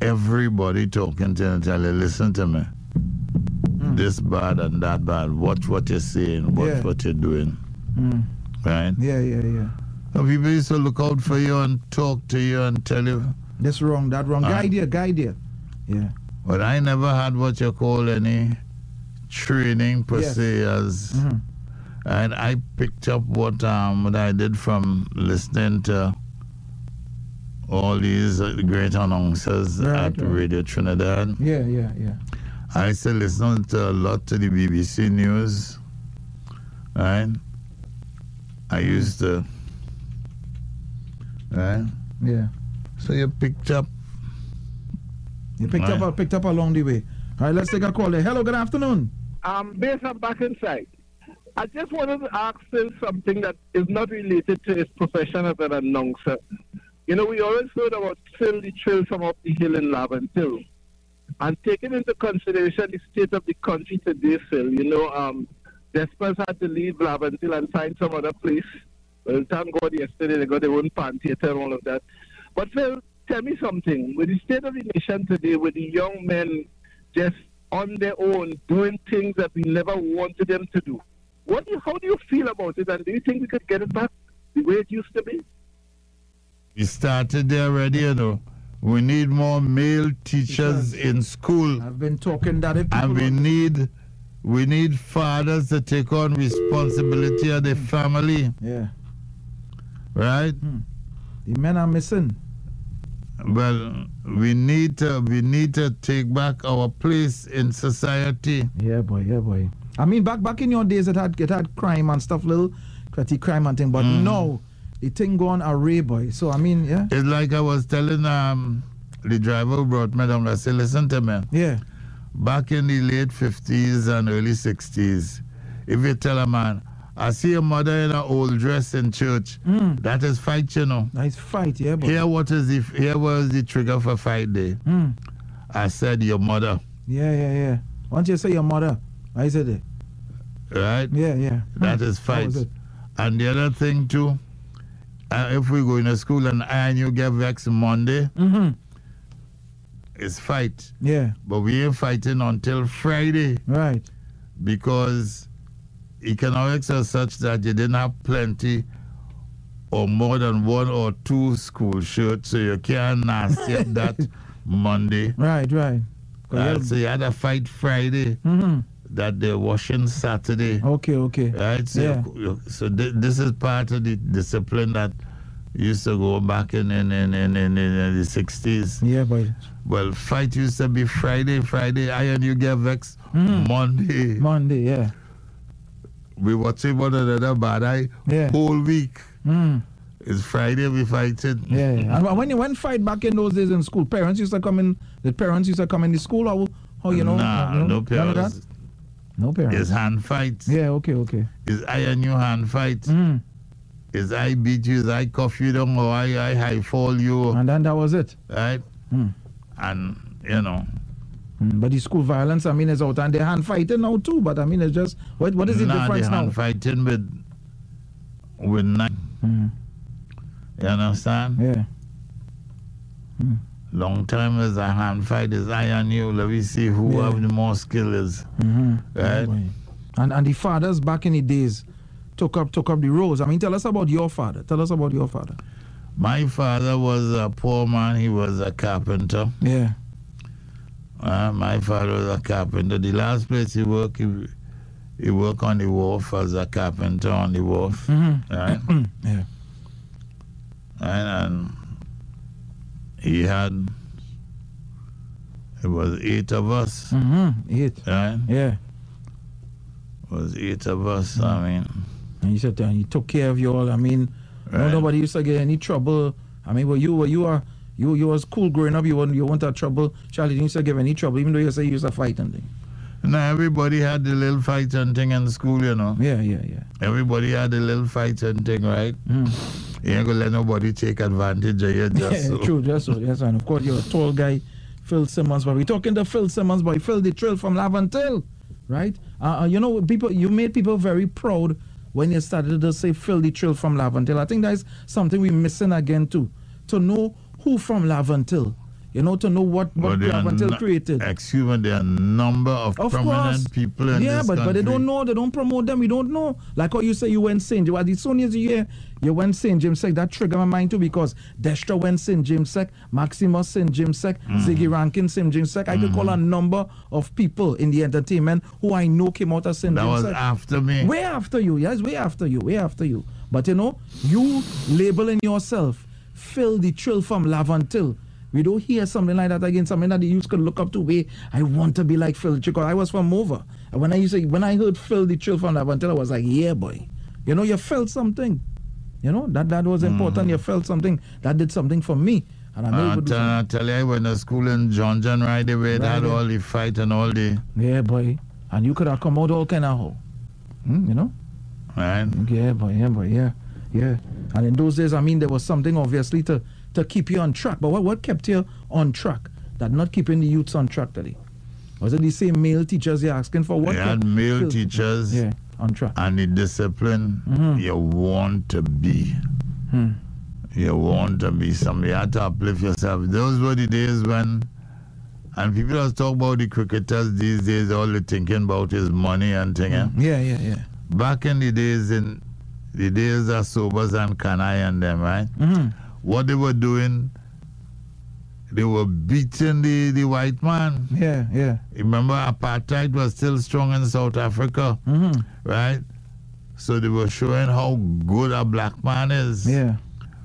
Speaker 3: Everybody talking to you and tell you, listen to me.
Speaker 2: Mm.
Speaker 3: This bad and that bad. Watch what you're saying, watch
Speaker 2: Yeah.
Speaker 3: what you're doing.
Speaker 2: Mm.
Speaker 3: Right?
Speaker 2: Yeah, yeah, yeah.
Speaker 3: So people used to look out for you and talk to you and tell you.
Speaker 2: This wrong, that wrong.
Speaker 3: Uh,
Speaker 2: Guide here, guide here. Yeah.
Speaker 3: But I never had what you call any training per
Speaker 2: Yes.
Speaker 3: se as
Speaker 2: Mhm.
Speaker 3: and I picked up what um what I did from listening to all these uh, great announcers
Speaker 2: Right,
Speaker 3: at
Speaker 2: right.
Speaker 3: Radio Trinidad.
Speaker 2: Yeah, yeah, yeah.
Speaker 3: I used to listen to a lot to the BBC News, right? I
Speaker 2: Mm.
Speaker 3: used to, right?
Speaker 2: Yeah.
Speaker 3: So you picked up.
Speaker 2: You picked
Speaker 3: Right.
Speaker 2: up picked up along the way. All right, let's take a call there. Hello, good afternoon.
Speaker 6: I'm Um, based on back inside. I just wanted to ask Phil something that is not related to his profession as an announcer. You know, we always heard about Phil the Trill from up the hill in Laventil. And taking into consideration the state of the country today, Phil, you know, um, Despers had to leave Laventil and find some other place. Well, thank God yesterday they got their own pan theater and all of that. But Phil, tell me something. With the state of the nation today, with the young men just on their own doing things that we never wanted them to do. What do you, how do you feel about it? And do you think we could get it back the way it used to be?
Speaker 3: We started there already, you know. We need more male teachers in school.
Speaker 2: I've been talking that if people
Speaker 3: and we need we need fathers to take on responsibility of the family,
Speaker 2: yeah,
Speaker 3: right?
Speaker 2: the men are missing.
Speaker 3: Well, we need to we need to take back our place in society.
Speaker 2: Yeah, boy, yeah, boy. I mean, back back in your days, it had it had crime and stuff, little petty crime and thing. But no, the thing gone array, boy. So I mean, yeah,
Speaker 3: It's like I was telling um the driver who brought me down. I said, listen to me.
Speaker 2: yeah,
Speaker 3: Back in the late fifties and early sixties, if you tell a man, I see a mother in an old dress in church, that is fight, you know.
Speaker 2: nice fight, yeah, boy.
Speaker 3: Here what is the here was the trigger for fight day.
Speaker 2: Mm.
Speaker 3: I said your mother,
Speaker 2: Yeah, yeah, yeah. Once you say your mother, I said it.
Speaker 3: right?
Speaker 2: Yeah, yeah.
Speaker 3: That
Speaker 2: Hmm.
Speaker 3: is fight.
Speaker 2: was it.
Speaker 3: and the other thing too, uh, if we go in a school and I and you get vexed Monday,
Speaker 2: Mhm.
Speaker 3: it's fight.
Speaker 2: Yeah,
Speaker 3: But we ain't fighting until Friday
Speaker 2: right.
Speaker 3: because economics are such that you didn't have plenty or more than one or two school shirts, so you can't
Speaker 2: *laughs*
Speaker 3: nasty up that Monday.
Speaker 2: Right, right.
Speaker 3: Uh, so you had a fight Friday
Speaker 2: Mhm.
Speaker 3: that they're washing Saturday.
Speaker 2: Okay, okay.
Speaker 3: Right? So,
Speaker 2: Yeah.
Speaker 3: you- so thi- this is part of the discipline that used to go back in in, in, in, in, in the 60s.
Speaker 2: Yeah, boy.
Speaker 3: Well, fight used to be Friday, Friday, I and you get vexed.
Speaker 2: Hmm.
Speaker 3: Monday,
Speaker 2: Monday, yeah.
Speaker 3: we watching one another bad eye
Speaker 2: Yeah.
Speaker 3: whole week.
Speaker 2: Mm.
Speaker 3: It's Friday, we fighting.
Speaker 2: Yeah, yeah. And when you went fight back in those days in school, parents used to come in. The parents used to come in the school, or how Oh, you know?
Speaker 3: nah,
Speaker 2: you know,
Speaker 3: no
Speaker 2: none of
Speaker 3: parents.
Speaker 2: that? No
Speaker 3: It's
Speaker 2: parents.
Speaker 3: hand fights.
Speaker 2: Yeah, okay, okay.
Speaker 3: It's I and you hand fight.
Speaker 2: Mm.
Speaker 3: Is I beat you, is I cuff you down, or I, I high fall you,
Speaker 2: And then that was it.
Speaker 3: right?
Speaker 2: Mm.
Speaker 3: And, you know.
Speaker 2: Mm, But the school violence, I mean, is out and they hand fighting now too. But I mean, it's just what what is the
Speaker 3: Nah,
Speaker 2: difference
Speaker 3: they
Speaker 2: now?
Speaker 3: hand fighting with with knife.
Speaker 2: Mm,
Speaker 3: You understand?
Speaker 2: Yeah,
Speaker 3: Long time is a hand fight is I and you. Let me see who
Speaker 2: Yeah.
Speaker 3: have the more skill is.
Speaker 2: hmm
Speaker 3: Right?
Speaker 2: and and the fathers back in the days took up took up the roles. I mean, tell us about your father. Tell us about your father.
Speaker 3: My father was a poor man. He was a carpenter.
Speaker 2: Yeah,
Speaker 3: Uh, my father was a carpenter. The last place he worked, he, he worked on the wharf as a carpenter on the wharf.
Speaker 2: Mhm.
Speaker 3: Right?
Speaker 2: Yeah.
Speaker 3: Right, and he had, it was eight of us.
Speaker 2: mm-hmm. it.
Speaker 3: Right?
Speaker 2: Yeah,
Speaker 3: was eight of us.
Speaker 2: Mm-hmm.
Speaker 3: I mean,
Speaker 2: and he said and he took care of you all. I mean, no-
Speaker 3: Right.
Speaker 2: nobody used to get any trouble. I mean, well, you were you are you you was cool growing up. You weren't you weren't a trouble. Charlie didn't used to give any trouble, even though you say you used to fight and thing.
Speaker 3: now everybody had the little fight and thing in school, you know.
Speaker 2: Yeah, yeah,
Speaker 3: *laughs*
Speaker 2: yeah.
Speaker 3: Everybody had the little fight and thing, right? You ain't gonna let nobody take advantage of you just so.
Speaker 2: Mm-hmm. *laughs* yeah, true, just so, yes, and of course you're a tall guy, Phil Simmons. But we're talking to Phil Simmons, boy, Phil the Trail from Lavantel, right? Uh, uh, you know, people, you made people very proud when you started to say Phil the Trail from Lavantel. I think that is something we're missing again too, to know who from Lavantel, you know, to know what what
Speaker 3: But there are
Speaker 2: Lavantel
Speaker 3: no-
Speaker 2: created.
Speaker 3: Excuse me, there are a number of,
Speaker 2: Of course.
Speaker 3: prominent people in
Speaker 2: yeah,
Speaker 3: this
Speaker 2: but, but they
Speaker 3: country.
Speaker 2: don't know, they don't promote them, we don't know. Like how you say you went St. James, as soon as you hear you went St. James Sec, that triggered my mind too because Destra went St. James Sec, Maximus St. James Sec,
Speaker 3: Hmm.
Speaker 2: Ziggy Rankin St. James Sec. I could call a number of people in the entertainment who I know came out of St.
Speaker 3: That
Speaker 2: James
Speaker 3: was
Speaker 2: Sec.
Speaker 3: after me.
Speaker 2: Way after you, yes, way after you, way after you. But you know, you labeling yourself, Phil the Trill from Lavantil. We don't hear something like that again, something that the youth could look up to. Way I want to be like Phil the Trill. 'cause I was from over. And when I used to, when I heard Phil the Trill from Lavantil, I was like, yeah, boy. You know, you felt something. You know, that that was important. You felt something. That did something for me. And I'm
Speaker 3: I
Speaker 2: able to do
Speaker 3: tell, I tell you, I went to school in John John right away. They had
Speaker 2: Right.
Speaker 3: all the fight and all the,
Speaker 2: something. Yeah, boy. And you could have come out all kind of hoe. Hmm, you know?
Speaker 3: right?
Speaker 2: Yeah, boy, yeah, boy, yeah, yeah. And in those days, I mean, there was something obviously to, to keep you on track. But what, what kept you on track? That not keeping the youths on track, Daddy? Was it the same male teachers you're asking for? What
Speaker 3: They
Speaker 2: kept
Speaker 3: had male
Speaker 2: Phil-
Speaker 3: teachers.
Speaker 2: Yeah, Mm-hmm. on track.
Speaker 3: and the discipline you want to be.
Speaker 2: Hmm.
Speaker 3: You want to be somebody. You had to uplift yourself. Those were the days when, and people just talk about the cricketers these days, all they're thinking about is money and thing. eh?
Speaker 2: Yeah, yeah, yeah. Mm-hmm.
Speaker 3: Back in the days, in the days of Sobers and Kanai and them, right? what they were doing, they were beating the, the white man.
Speaker 2: Yeah, yeah.
Speaker 3: Remember, apartheid was still strong in South Africa,
Speaker 2: Mm-hmm.
Speaker 3: right? So they were showing how good a black man is,
Speaker 2: Yeah.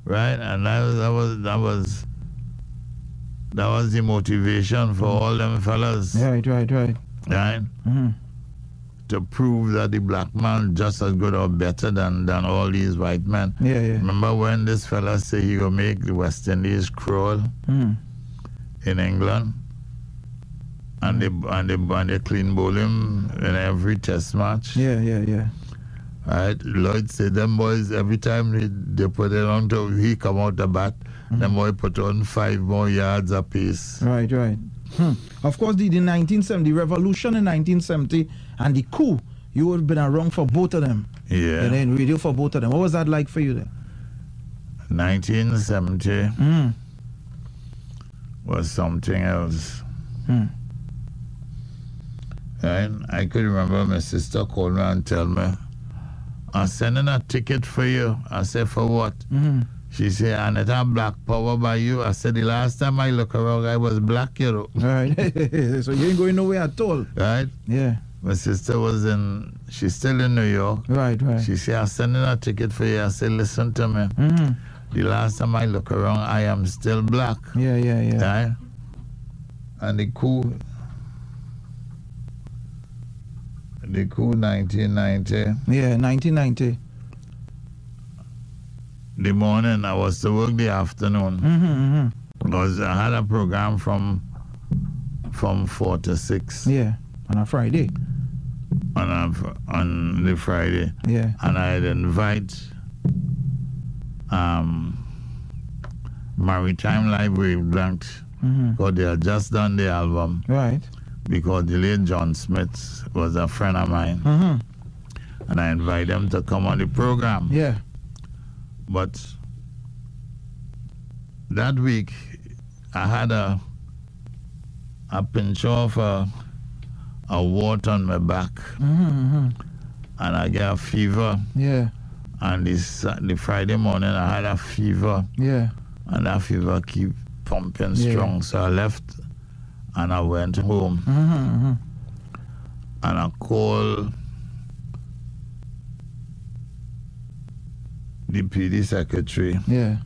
Speaker 3: right? And that was that was that was that was the motivation for all them fellas,
Speaker 2: Yeah, Right, right, right.
Speaker 3: right?
Speaker 2: Mm-hmm.
Speaker 3: To prove that the black man just as good or better than than all these white men.
Speaker 2: Yeah, yeah.
Speaker 3: Remember when this fella said he gonna make the West Indies crawl
Speaker 2: Mm.
Speaker 3: in England, and they and they and they clean bowl him in every Test match.
Speaker 2: Yeah, yeah, yeah.
Speaker 3: Right? Lloyd said them boys every time they, they put it on to he come out the bat, them boy put on five more yards apiece.
Speaker 2: Right, right. Hmm. Of course, the, the 1970 revolution in 1970 and the coup, you would have been around for both of them. And
Speaker 3: Yeah,
Speaker 2: then radio for both of them. What was that like for you then?
Speaker 3: 1970
Speaker 2: Mm.
Speaker 3: was something else.
Speaker 2: Hmm.
Speaker 3: And I could remember my sister called me and tell me, I'm sending a ticket for you. I said, for what?
Speaker 2: Mm-hmm.
Speaker 3: She said, and it had black power by you. I said, the last time I look around, I was black, you know.
Speaker 2: All right. *laughs* so you ain't going nowhere at all.
Speaker 3: Right?
Speaker 2: Yeah.
Speaker 3: My sister was in, she's still in New York.
Speaker 2: Right, right.
Speaker 3: She said, I'm sending a ticket for you. I said, listen to me.
Speaker 2: mm.
Speaker 3: The last time I look around, I am still black.
Speaker 2: Yeah, yeah, yeah.
Speaker 3: Right? And the coup, the coup 1990,
Speaker 2: Yeah, 1990.
Speaker 3: the morning, I was to work the afternoon.
Speaker 2: Mm-hmm, mm-hmm.
Speaker 3: Because I had a program from from four to six
Speaker 2: Yeah. On a Friday.
Speaker 3: on a, on the Friday,
Speaker 2: Yeah.
Speaker 3: and I'd invite um, Maritime Library Blank
Speaker 2: Mm-hmm.
Speaker 3: because they had just done the album
Speaker 2: Right.
Speaker 3: because the late John Smith was a friend of mine,
Speaker 2: Mm-hmm.
Speaker 3: and I invite them to come on the program.
Speaker 2: Yeah.
Speaker 3: But that week, I had a a pinch of a, a wart on my back,
Speaker 2: Mm-hmm,
Speaker 3: and I got a fever.
Speaker 2: Yeah.
Speaker 3: And this uh, the Friday morning, I had a fever,
Speaker 2: Yeah.
Speaker 3: and that fever keep pumping
Speaker 2: Yeah.
Speaker 3: strong. So I left, and I went home,
Speaker 2: Mm-hmm,
Speaker 3: and I called the PD secretary.
Speaker 2: Yeah.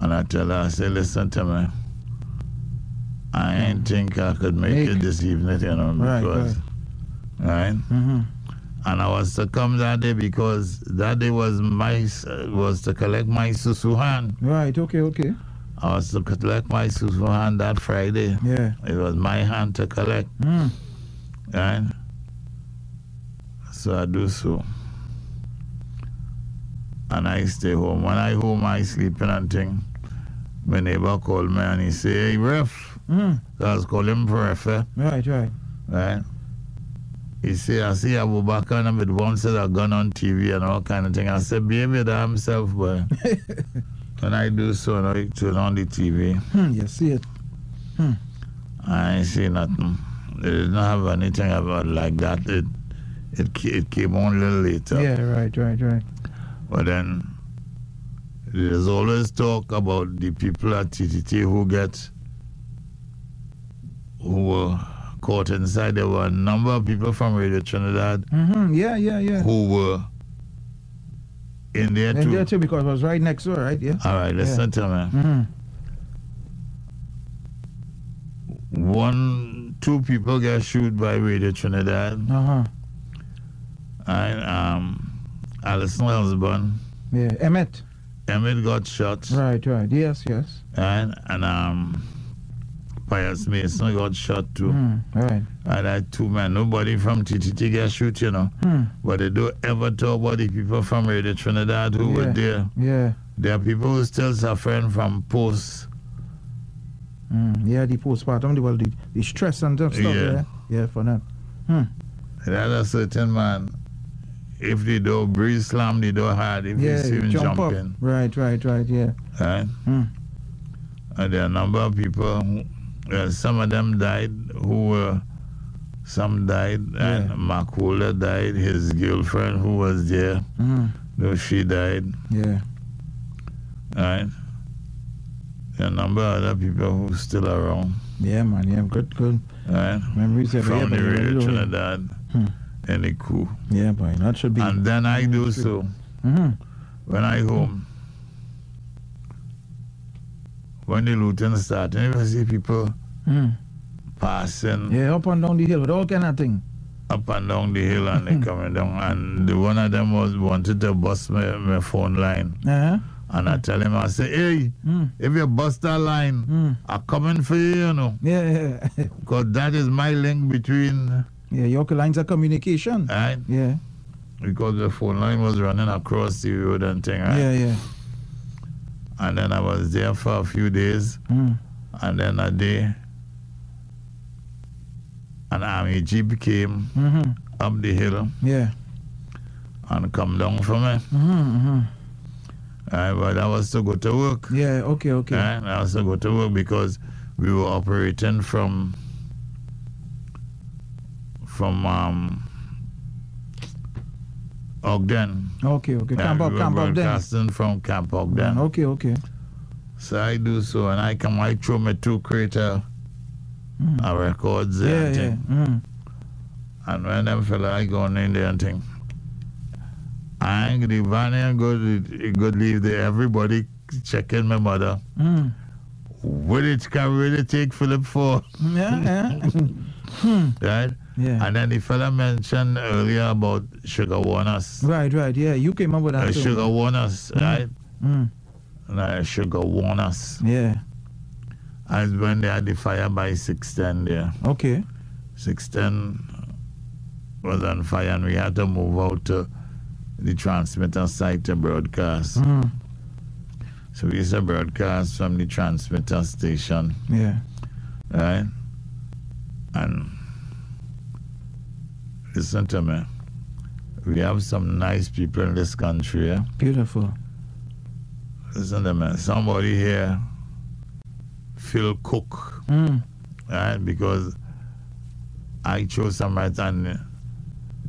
Speaker 3: And I tell her, I say, listen to me. I ain't think I could make,
Speaker 2: Make-
Speaker 3: it this evening, you know,
Speaker 2: Right,
Speaker 3: because, right.
Speaker 2: Mm-hmm.
Speaker 3: And I was to come that day because that day was my uh, was to collect my susuhan.
Speaker 2: Right. Okay. Okay.
Speaker 3: I was to collect my susuhan that Friday.
Speaker 2: Yeah.
Speaker 3: It was my hand to collect,
Speaker 2: Mm.
Speaker 3: right? So I do so. And I stay home. When I home, I sleeping and thing. My neighbor called me and he say, hey, ref,
Speaker 2: Mm.
Speaker 3: I was calling for a fair,
Speaker 2: Right. Right.
Speaker 3: right? He said, I see Abu Bakr and with one said a gun on TV and all kind of thing. I said, behave your damn self, boy. when I do so, and I turn on the TV,
Speaker 2: Hmm. You see it.
Speaker 3: I ain't see nothing. They didn't have anything about like that. It it, ca- it came on a little later.
Speaker 2: Yeah. Right. Right. Right.
Speaker 3: But then there's always talk about the people at TTT who get who were caught inside. There were a number of people from Radio Trinidad
Speaker 2: Mm-hmm. Yeah. Yeah. Yeah.
Speaker 3: who were in there
Speaker 2: And
Speaker 3: too.
Speaker 2: there too, because it was right next door, right? Yeah.
Speaker 3: All right, listen to me.
Speaker 2: Mm-hmm.
Speaker 3: One, two people get shoot by Radio Trinidad,
Speaker 2: Uh huh.
Speaker 3: and um, Alison Husband,
Speaker 2: Yeah. Emmett.
Speaker 3: Emmett got shot,
Speaker 2: Right. Right. Yes. Yes.
Speaker 3: and and um, Pius Mason got shot too.
Speaker 2: Mm. Right.
Speaker 3: And I two man, nobody from TTT get shoot, you know.
Speaker 2: Hmm.
Speaker 3: But they don't ever talk about the people from Radio Trinidad who were
Speaker 2: Yeah.
Speaker 3: there.
Speaker 2: Yeah.
Speaker 3: There are people who still suffering from post.
Speaker 2: Mm. Yeah. The postpartum, the well, the, the stress and stuff.
Speaker 3: Yeah.
Speaker 2: Yeah. Yeah. For that.
Speaker 3: There are a certain man, if they don't breeze slam the door hard, if
Speaker 2: Yeah.
Speaker 3: you see him
Speaker 2: jump up.
Speaker 3: jumping,
Speaker 2: Right. Right. Right. Yeah.
Speaker 3: right?
Speaker 2: Hmm.
Speaker 3: And there are a number of people, who, uh, some of them died who were, some died, and
Speaker 2: Yeah.
Speaker 3: Mark Holder died, his girlfriend who was there,
Speaker 2: Mm.
Speaker 3: though she died,
Speaker 2: Yeah.
Speaker 3: right? There are a number of other people who still around.
Speaker 2: Yeah, man. Yeah, good, good
Speaker 3: Right?
Speaker 2: memories. Yeah, but yeah,
Speaker 3: From
Speaker 2: but
Speaker 3: the
Speaker 2: you
Speaker 3: Radio
Speaker 2: know, Hmm.
Speaker 3: Trinidad and the crew.
Speaker 2: yeah, boy. That should be.
Speaker 3: And then I do so.
Speaker 2: Mhm.
Speaker 3: When I home, when the looting start, and if I see people
Speaker 2: Mm.
Speaker 3: passing
Speaker 2: Yeah, up and down the hill with all kind of thing.
Speaker 3: up and down the hill and they coming down, and the one of them was wanted to bust my, my phone line.
Speaker 2: Uh-huh.
Speaker 3: And I tell him, I say, hey,
Speaker 2: Mm.
Speaker 3: if you bust that line,
Speaker 2: Mm.
Speaker 3: I'm coming for you, you know,
Speaker 2: Yeah, yeah, *laughs*
Speaker 3: because that is my link between,
Speaker 2: yeah. Your lines of communication.
Speaker 3: right?
Speaker 2: Yeah,
Speaker 3: Because the phone line was running across the road and thing, right?
Speaker 2: yeah, yeah.
Speaker 3: And then I was there for a few days.
Speaker 2: Mm.
Speaker 3: And then a day, an army jeep came
Speaker 2: Mm-hmm.
Speaker 3: up the hill
Speaker 2: Yeah.
Speaker 3: and come down for me.
Speaker 2: Mm-hmm.
Speaker 3: Uh, but I was to go to work.
Speaker 2: Yeah. Okay. Okay.
Speaker 3: Right? I was to go to work because we were operating from from um, Ogden.
Speaker 2: Okay. Okay.
Speaker 3: Yeah,
Speaker 2: Camp up.
Speaker 3: we were
Speaker 2: Camp up. Then.
Speaker 3: broadcasting from Camp Ogden.
Speaker 2: Mm, Okay. Okay. Mm-hmm.
Speaker 3: So I do so, and I come, I throw my two crater
Speaker 2: Mm.
Speaker 3: uh, records there
Speaker 2: Yeah.
Speaker 3: and
Speaker 2: Yeah.
Speaker 3: thing.
Speaker 2: Mm.
Speaker 3: And when them fella I gone in there and thing, I ain't the van and go to- go leave there. Everybody checking my mother.
Speaker 2: Mm.
Speaker 3: Will it can really take Philip for *laughs*
Speaker 2: Yeah. Yeah.
Speaker 3: right?
Speaker 2: *laughs* yeah.
Speaker 3: And then the fella mentioned earlier about sugar warners.
Speaker 2: Right. Right. Yeah. You came up with
Speaker 3: Uh,
Speaker 2: that. too.
Speaker 3: sugar warners, right?
Speaker 2: Mm.
Speaker 3: Uh, sugar warners.
Speaker 2: Yeah.
Speaker 3: As when they had the fire by six ten there.
Speaker 2: Okay.
Speaker 3: Six ten was on fire and we had to move out to the transmitter site to broadcast.
Speaker 2: Mm.
Speaker 3: So we used to broadcast from the transmitter station,
Speaker 2: Yeah.
Speaker 3: right? And listen to me. We have some nice people in this country. Yeah?
Speaker 2: Beautiful.
Speaker 3: Listen to me. Somebody here, Phil Cook,
Speaker 2: Mm.
Speaker 3: right? Because I chose somebody and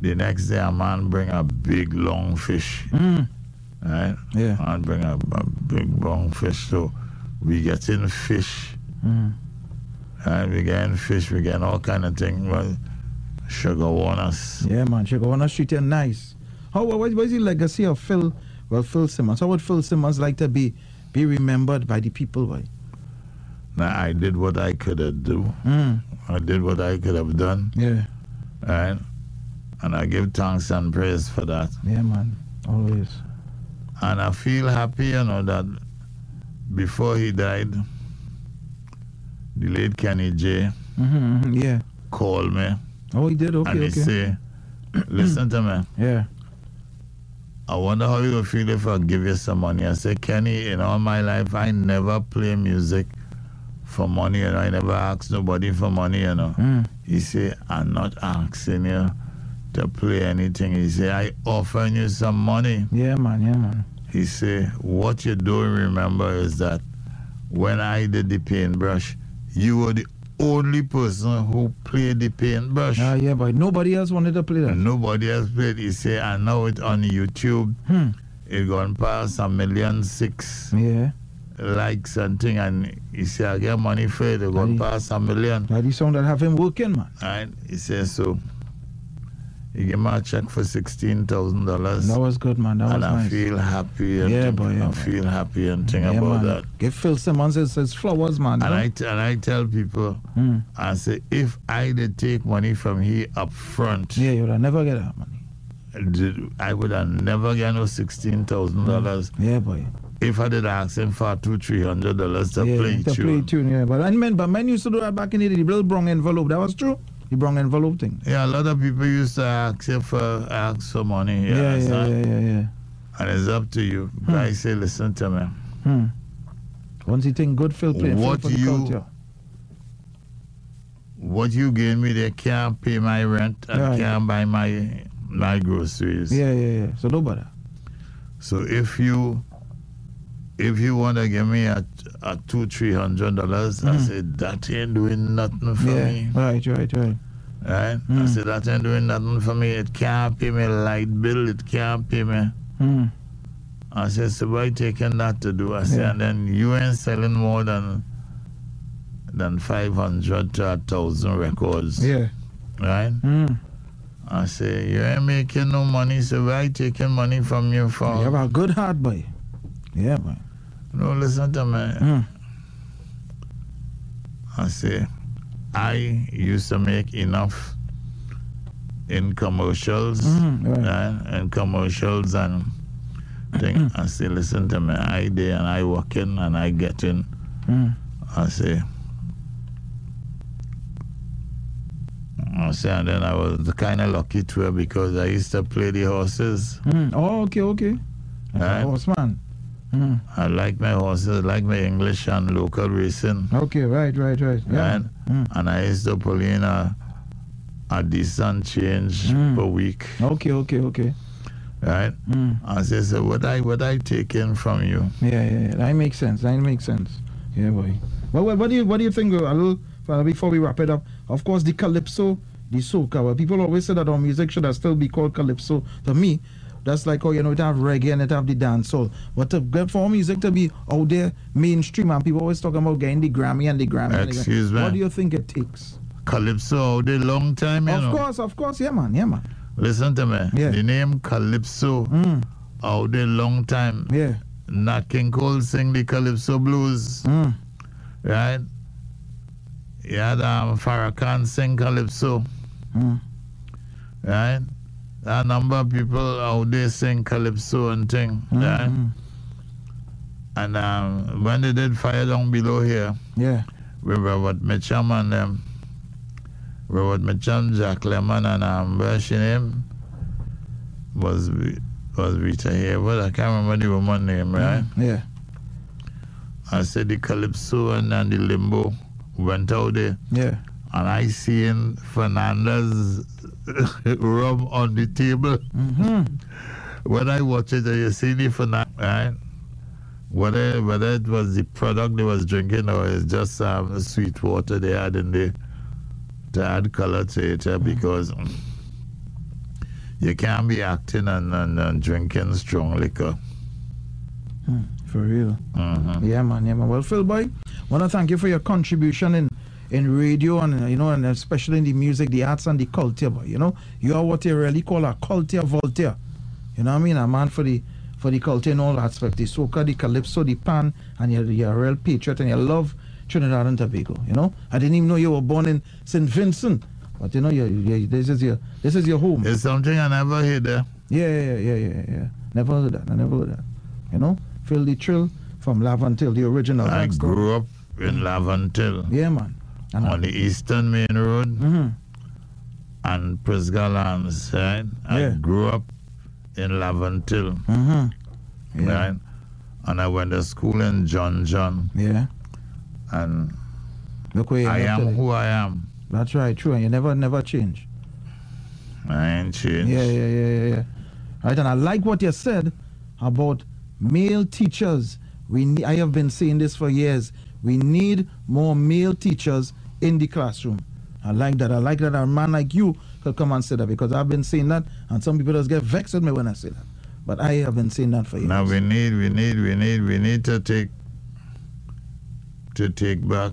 Speaker 3: the next day a man bring a big long fish,
Speaker 2: Mm.
Speaker 3: right?
Speaker 2: Yeah.
Speaker 3: Man bring a, a big long fish. So we getting fish.
Speaker 2: Mm.
Speaker 3: And we getting fish, we getting all kind of thing. Well, sugar warners.
Speaker 2: Yeah, man. Check on street and nice. How what what is the legacy of Phil? Well, Phil Simmons. How would Phil Simmons like to be be remembered by the people? Why?
Speaker 3: Now I did what I could have do.
Speaker 2: Mm.
Speaker 3: I did what I could have done,
Speaker 2: Yeah.
Speaker 3: right? And I give thanks and praise for that.
Speaker 2: Yeah, man. Always.
Speaker 3: And I feel happy, you know, that before he died, the late Kenny J
Speaker 2: Mm-hmm, hmm Yeah.
Speaker 3: called me
Speaker 2: Oh, he did.
Speaker 3: and
Speaker 2: Okay.
Speaker 3: he
Speaker 2: Okay.
Speaker 3: say, "Listen to me.
Speaker 2: Yeah.
Speaker 3: I wonder how you will feel if I give you some money. I say, Kenny, in all my life, I never play music for money, you know. I never ask nobody for money, you know.
Speaker 2: Mm.
Speaker 3: He say, I'm not asking you to play anything. He say, I offer you some money.
Speaker 2: Yeah, man. Yeah, man.
Speaker 3: He say, what you don't remember is that when I did the paintbrush, you were the only person who played the paintbrush.
Speaker 2: Ah, yeah, but nobody else wanted to play that.
Speaker 3: Nobody else played. He say, I know it on YouTube.
Speaker 2: Hmm.
Speaker 3: It gone past a million six
Speaker 2: Yeah.
Speaker 3: likes and thing, and he say, I get money for it. It gone
Speaker 2: Aye.
Speaker 3: past a million.
Speaker 2: That the song that have him working, man.
Speaker 3: And he say, so he give me a check for sixteen thousand dollars,
Speaker 2: That was good, man. That was
Speaker 3: and I
Speaker 2: nice.
Speaker 3: feel happy. And
Speaker 2: Yeah,
Speaker 3: thing.
Speaker 2: boy, yeah,
Speaker 3: I
Speaker 2: man.
Speaker 3: feel happy and think
Speaker 2: yeah, man.
Speaker 3: about that.
Speaker 2: Give Phil Simmons his, his flowers, man.
Speaker 3: And
Speaker 2: you
Speaker 3: I t- and I tell people,
Speaker 2: know? Mm.
Speaker 3: I say, if I did take money from here up front,
Speaker 2: Yeah, you'd have never get that money.
Speaker 3: did- I would have never get no sixteen thousand dollars.
Speaker 2: Yeah, boy.
Speaker 3: If I did ask him for two, three hundred dollars to
Speaker 2: yeah,
Speaker 3: play
Speaker 2: to play
Speaker 3: tune.
Speaker 2: tune. Yeah, but and men, but men used to do that back in the day. The little brown envelope. That was true. The brown envelope thing.
Speaker 3: Yeah, a lot of people used to ask you for ask for money. You
Speaker 2: yeah, yeah,
Speaker 3: understand?
Speaker 2: yeah, Hmm. yeah, yeah.
Speaker 3: And it's up to you. I say, listen to me.
Speaker 2: Hmm. Once you think good, Phil play. Phil
Speaker 3: What
Speaker 2: for the
Speaker 3: you-
Speaker 2: culture.
Speaker 3: What you gave me, they can't pay my rent and
Speaker 2: Yeah,
Speaker 3: can't buy my my groceries.
Speaker 2: Yeah, yeah, yeah. So don't bother.
Speaker 3: So if you if you want to give me a, a two three hundred dollars, I
Speaker 2: Mm.
Speaker 3: say that ain't doing nothing for
Speaker 2: Yeah.
Speaker 3: me.
Speaker 2: Right, right, right.
Speaker 3: Right? I
Speaker 2: Mm.
Speaker 3: say that ain't doing nothing for me. It can't pay me light bill. It can't pay me.
Speaker 2: Mm.
Speaker 3: I said, so why taking that to do? I said,
Speaker 2: Yeah.
Speaker 3: and then you ain't selling more than than 500 to a 1,000 records,
Speaker 2: Yeah.
Speaker 3: right?
Speaker 2: Mm.
Speaker 3: I say, you ain't making no money, so why taking money from you for?
Speaker 2: You have a good heart, boy. Yeah, boy.
Speaker 3: No, listen to me.
Speaker 2: Mm.
Speaker 3: I say, I used to make enough in commercials
Speaker 2: Mhm, right.
Speaker 3: right? and commercials and thing. I say, listen to me. I there and I walk in and I get in.
Speaker 2: Mm.
Speaker 3: I say, I say, and then I was kind of lucky too because I used to play the horses.
Speaker 2: Mm. Oh, okay, okay.
Speaker 3: Right.
Speaker 2: Horseman. Mm.
Speaker 3: I like my horses, like my English and local racing.
Speaker 2: Okay, right, right, right. Yeah.
Speaker 3: right?
Speaker 2: Mm.
Speaker 3: And I used to pull in a, a decent change
Speaker 2: Mm.
Speaker 3: per week,
Speaker 2: Okay, okay, okay.
Speaker 3: right?
Speaker 2: Mm.
Speaker 3: I say, so what I what I take in from you?
Speaker 2: Yeah, yeah, yeah. That makes sense. That makes sense. Yeah, boy. Well, well what do you what do you think? uh, A little well, before we wrap it up. Of course, the calypso, the soca. Well, people always say that our music should have still be called calypso. To me, that's like oh, you know, it have reggae and it have the dancehall. But to, get- for our music to be out there mainstream, and people always talking about getting the Grammy and the Grammy. and the Grammy.
Speaker 3: Excuse me.
Speaker 2: What do you think it takes?
Speaker 3: Calypso out there long time, you
Speaker 2: of
Speaker 3: know.
Speaker 2: course, of course, yeah, man, yeah, man.
Speaker 3: Listen to me.
Speaker 2: Yeah.
Speaker 3: The name Calypso
Speaker 2: Mm,
Speaker 3: out there long time.
Speaker 2: yeah.
Speaker 3: Nat King Cole sing the Calypso blues,
Speaker 2: Mm,
Speaker 3: right? You had um, Farrakhan sing Calypso,
Speaker 2: mm.
Speaker 3: right? A number of people out there sing Calypso and thing, right?
Speaker 2: mm.
Speaker 3: And um, when they did fire down below here,
Speaker 2: Yeah.
Speaker 3: with Robert Mitchum and um, Robert Mitchum, Jack Lemon, and um, what's her name? Was was Rita here? Well, I can't remember the woman's name, right?
Speaker 2: Yeah.
Speaker 3: I said the Calypso and, and the Limbo went out there,
Speaker 2: Yeah.
Speaker 3: and I seen Fernandez *laughs* rum on the table.
Speaker 2: Mm-hmm.
Speaker 3: when I watch it, you see the finance, right? Whether whether it was the product they was drinking or it's just um, sweet water they had in there to add color to it, uh, because you can't be acting and, and, and drinking strong liquor.
Speaker 2: For real.
Speaker 3: Mhm.
Speaker 2: Yeah, man. Yeah, man. Well, Phil Boy, want to thank you for your contribution in in radio and uh, you know, and especially in the music, the arts, and the culture. Boy, you know, you are what you really call a culture voltaire. You know what I mean? A man for the for the culture in all aspects, the soca, the calypso, the pan, and you're, you're a real patriot and you love Trinidad and Tobago. You know, I didn't even know you were born in Saint Vincent, but you know, you you this is your this is your home.
Speaker 3: It's something I never heard. eh?
Speaker 2: Yeah, yeah, yeah, yeah, yeah, yeah. Never heard that. I never heard that. You know, feel the thrill from love until the original.
Speaker 3: I
Speaker 2: That's the-
Speaker 3: grew up in Lavantil
Speaker 2: Yeah, man. And
Speaker 3: on the Eastern Main Road.
Speaker 2: hmm
Speaker 3: and Prisca Lands, right? I
Speaker 2: Yeah.
Speaker 3: grew up in Lavantil,
Speaker 2: hmm Yeah.
Speaker 3: right? And I went to school in John John,
Speaker 2: Yeah.
Speaker 3: and
Speaker 2: Look where you
Speaker 3: I
Speaker 2: are
Speaker 3: am
Speaker 2: today.
Speaker 3: who I am.
Speaker 2: That's right. True. And you never, never change.
Speaker 3: I ain't changed.
Speaker 2: Yeah, yeah, yeah, yeah, yeah. Right. And I like what you said about male teachers. We ne- I have been saying this for years. We need more male teachers in the classroom. I like that. I like that a man like you could come and say that because I've been saying that, and some people just get vexed at me when I say that. But I have been saying that for years.
Speaker 3: Now we need, we need, we need, we need to take to take back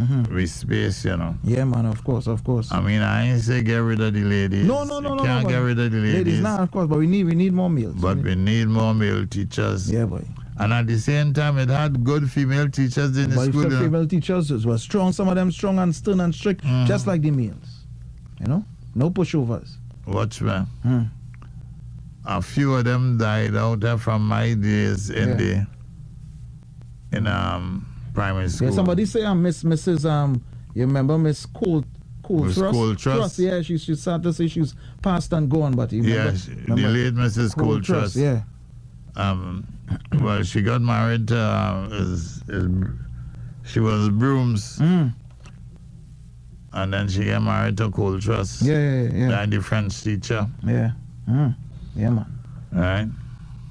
Speaker 2: Mhm.
Speaker 3: with space, you know.
Speaker 2: Yeah, man. Of course, of course.
Speaker 3: I mean, I ain't say get rid of the ladies.
Speaker 2: No, no, no,
Speaker 3: you
Speaker 2: no,
Speaker 3: Can't
Speaker 2: no,
Speaker 3: get
Speaker 2: but-
Speaker 3: rid of the ladies.
Speaker 2: Ladies, now of course, but we need we need more males.
Speaker 3: But we need more male teachers.
Speaker 2: yeah, boy.
Speaker 3: And at the same time, it had good female teachers in the
Speaker 2: But if
Speaker 3: school.
Speaker 2: the
Speaker 3: you know.
Speaker 2: female teachers were strong, some of them strong and stern and strict,
Speaker 3: Mm.
Speaker 2: just like the males. You know, no pushovers.
Speaker 3: Watchmen.
Speaker 2: Hmm.
Speaker 3: A few of them died out there from my days in
Speaker 2: Yeah.
Speaker 3: the in um primary school.
Speaker 2: Yeah, somebody say I miss Mrs. Um, you remember Miss Cole Cole
Speaker 3: Miss
Speaker 2: Thrust?
Speaker 3: Cole Truss.
Speaker 2: Yeah, she she sad to say she's passed and gone, but you remember,
Speaker 3: yeah, she- the
Speaker 2: remember
Speaker 3: late Mrs.
Speaker 2: Cole Truss,
Speaker 3: Coltrus.
Speaker 2: Yeah,
Speaker 3: Um, well, she got married to um, is, is, she was Brooms,
Speaker 2: Mm.
Speaker 3: and then she got married to Coltrus.
Speaker 2: yeah, yeah, yeah, yeah.
Speaker 3: And the French teacher,
Speaker 2: yeah. Mm. Yeah, man.
Speaker 3: right?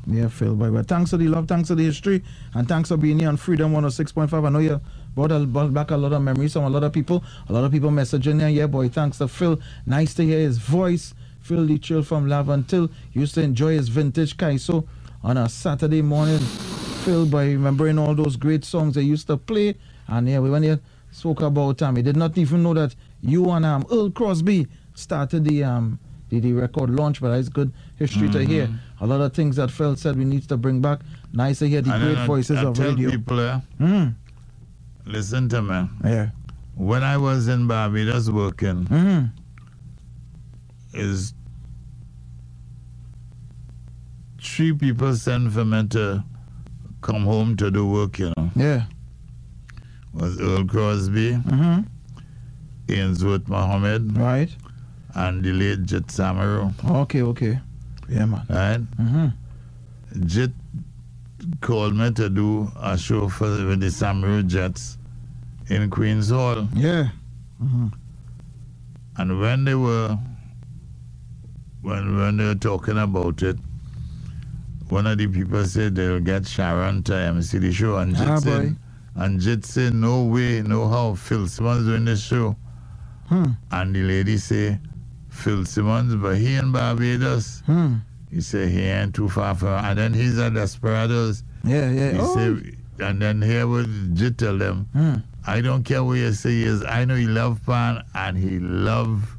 Speaker 2: Yeah, Phil. But, but thanks for the love, thanks for the history, and thanks for being here on Freedom 106.5. I know you brought, a, brought back a lot of memories from a lot of people. A lot of people messaging here. Yeah, boy, thanks to Phil. Nice to hear his voice. Phil the chill from Love Until. Used to enjoy his vintage Kaiso on a Saturday morning, filled by remembering all those great songs they used to play. And yeah, we went here, spoke about time. Um, he did not even know that you and um, Earl Crosby started the um the, the record launch, but it's good history to hear. A lot of things that Phil said we need to bring back. Nice to hear the
Speaker 3: And then
Speaker 2: great
Speaker 3: Mm-hmm. I-
Speaker 2: voices
Speaker 3: I
Speaker 2: of
Speaker 3: tell
Speaker 2: radio.
Speaker 3: people, eh,
Speaker 2: Mm,
Speaker 3: listen to me.
Speaker 2: yeah.
Speaker 3: When I was in Barbados working,
Speaker 2: Mm,
Speaker 3: is three people sent for me to come home to do work, you know.
Speaker 2: yeah.
Speaker 3: Was Earl Crosby,
Speaker 2: hmm
Speaker 3: Ainsworth Mohammed,
Speaker 2: Right.
Speaker 3: and the late Jit Samaro,
Speaker 2: Okay, okay. Yeah, man.
Speaker 3: right?
Speaker 2: hmm
Speaker 3: Jit called me to do a show for the, with the Samaro Jets in Queens Hall.
Speaker 2: Yeah.
Speaker 3: And when they were when when they were talking about it, one of the people said they'll get Sharon to MC the show and Jit
Speaker 2: Ah,
Speaker 3: said and Jit said no way, no how Phil Simmons doing this show.
Speaker 2: Hmm.
Speaker 3: And the lady say Phil Simmons, but he in Barbados.
Speaker 2: Hmm.
Speaker 3: He said he ain't too far from and then he's at Desperados.
Speaker 2: Yeah,
Speaker 3: He
Speaker 2: yeah. Oh.
Speaker 3: say and then here would Jit tell them
Speaker 2: Hmm.
Speaker 3: I don't care what you say is. I know he love Pan and he love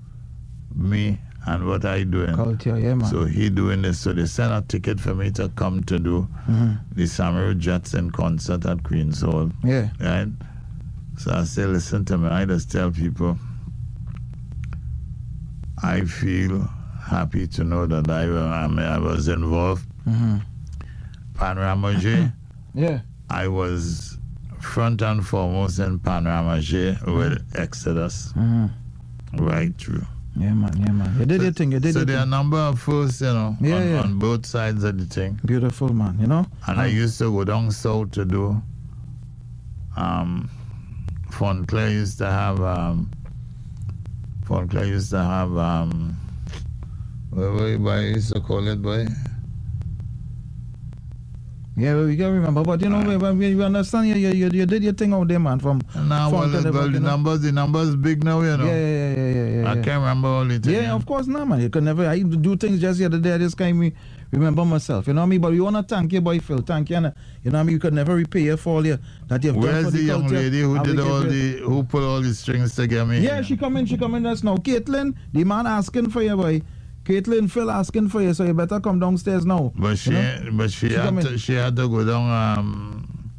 Speaker 3: me and what I doing.
Speaker 2: Culture, yeah, man.
Speaker 3: So he doing this. So they sent a ticket for me to come to do
Speaker 2: Mhm.
Speaker 3: the Samuel Jackson concert at Queen's Hall.
Speaker 2: Yeah.
Speaker 3: Right? So I say, listen to me. I just tell people, I feel happy to know that I, I, mean, I was involved.
Speaker 2: hmm
Speaker 3: Pan Ramoje,
Speaker 2: Yeah.
Speaker 3: I was front and foremost in Pan Ramoje with Exodus.
Speaker 2: hmm
Speaker 3: Right, true.
Speaker 2: Yeah, man. Yeah, man. You did your thing. You did
Speaker 3: so
Speaker 2: your
Speaker 3: there are a
Speaker 2: thing.
Speaker 3: number of folks, you know,
Speaker 2: Yeah,
Speaker 3: on,
Speaker 2: yeah.
Speaker 3: on both sides of the thing.
Speaker 2: Beautiful, man. You know.
Speaker 3: And I used to go down south to do. Um, Fontclair used to have. Um, Fontclair used to have. Um, what what you boy used to call it, boy?
Speaker 2: Yeah, well, you gotta remember. But you know, we we- you understand. You, you you you did your thing out there, man. From
Speaker 3: Now, well,
Speaker 2: Fontclair,
Speaker 3: it- well, the
Speaker 2: you know.
Speaker 3: numbers, the numbers big now, you know.
Speaker 2: yeah, yeah, yeah, yeah, yeah.
Speaker 3: I
Speaker 2: yeah.
Speaker 3: can't remember all the thing.
Speaker 2: Yeah, of course not, man. You can never. I do things just the other day. I just can't even remember myself. You know what I mean? But we wanna thank you, boy, Phil. Thank you, and uh, you know what I mean. You could never repay you for all you that you've done
Speaker 3: Where's
Speaker 2: for
Speaker 3: the,
Speaker 2: the,
Speaker 3: young
Speaker 2: culture.
Speaker 3: lady who
Speaker 2: And we
Speaker 3: did
Speaker 2: give
Speaker 3: all
Speaker 2: you-
Speaker 3: the who put all the strings together?
Speaker 2: Yeah, she come in, she come in just now. Caitlin, the man asking for you, boy. Caitlin, Phil asking for you, so you better come downstairs now.
Speaker 3: But she,
Speaker 2: you know?
Speaker 3: but she,
Speaker 2: She
Speaker 3: had
Speaker 2: come
Speaker 3: to,
Speaker 2: in.
Speaker 3: she had to go down um,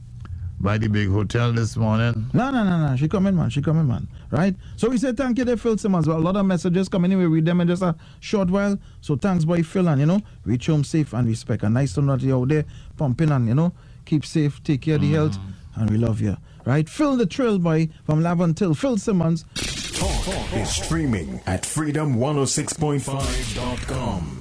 Speaker 3: by the big hotel this morning.
Speaker 2: No, no, no, no. She coming, man. She coming, man. Right? So we say thank you to Phil Simmons. Well, a lot of messages coming in. We read them in just a short while. So thanks, boy, Phil. And, you know, reach home safe and respect. And nice to know that you're out there pumping and, you know, keep safe, take care of the health, and we love you. Right? Phil the Trail, boy, from Lavon Till. Phil Simmons.
Speaker 1: oh Talk is streaming at freedom106.5.com.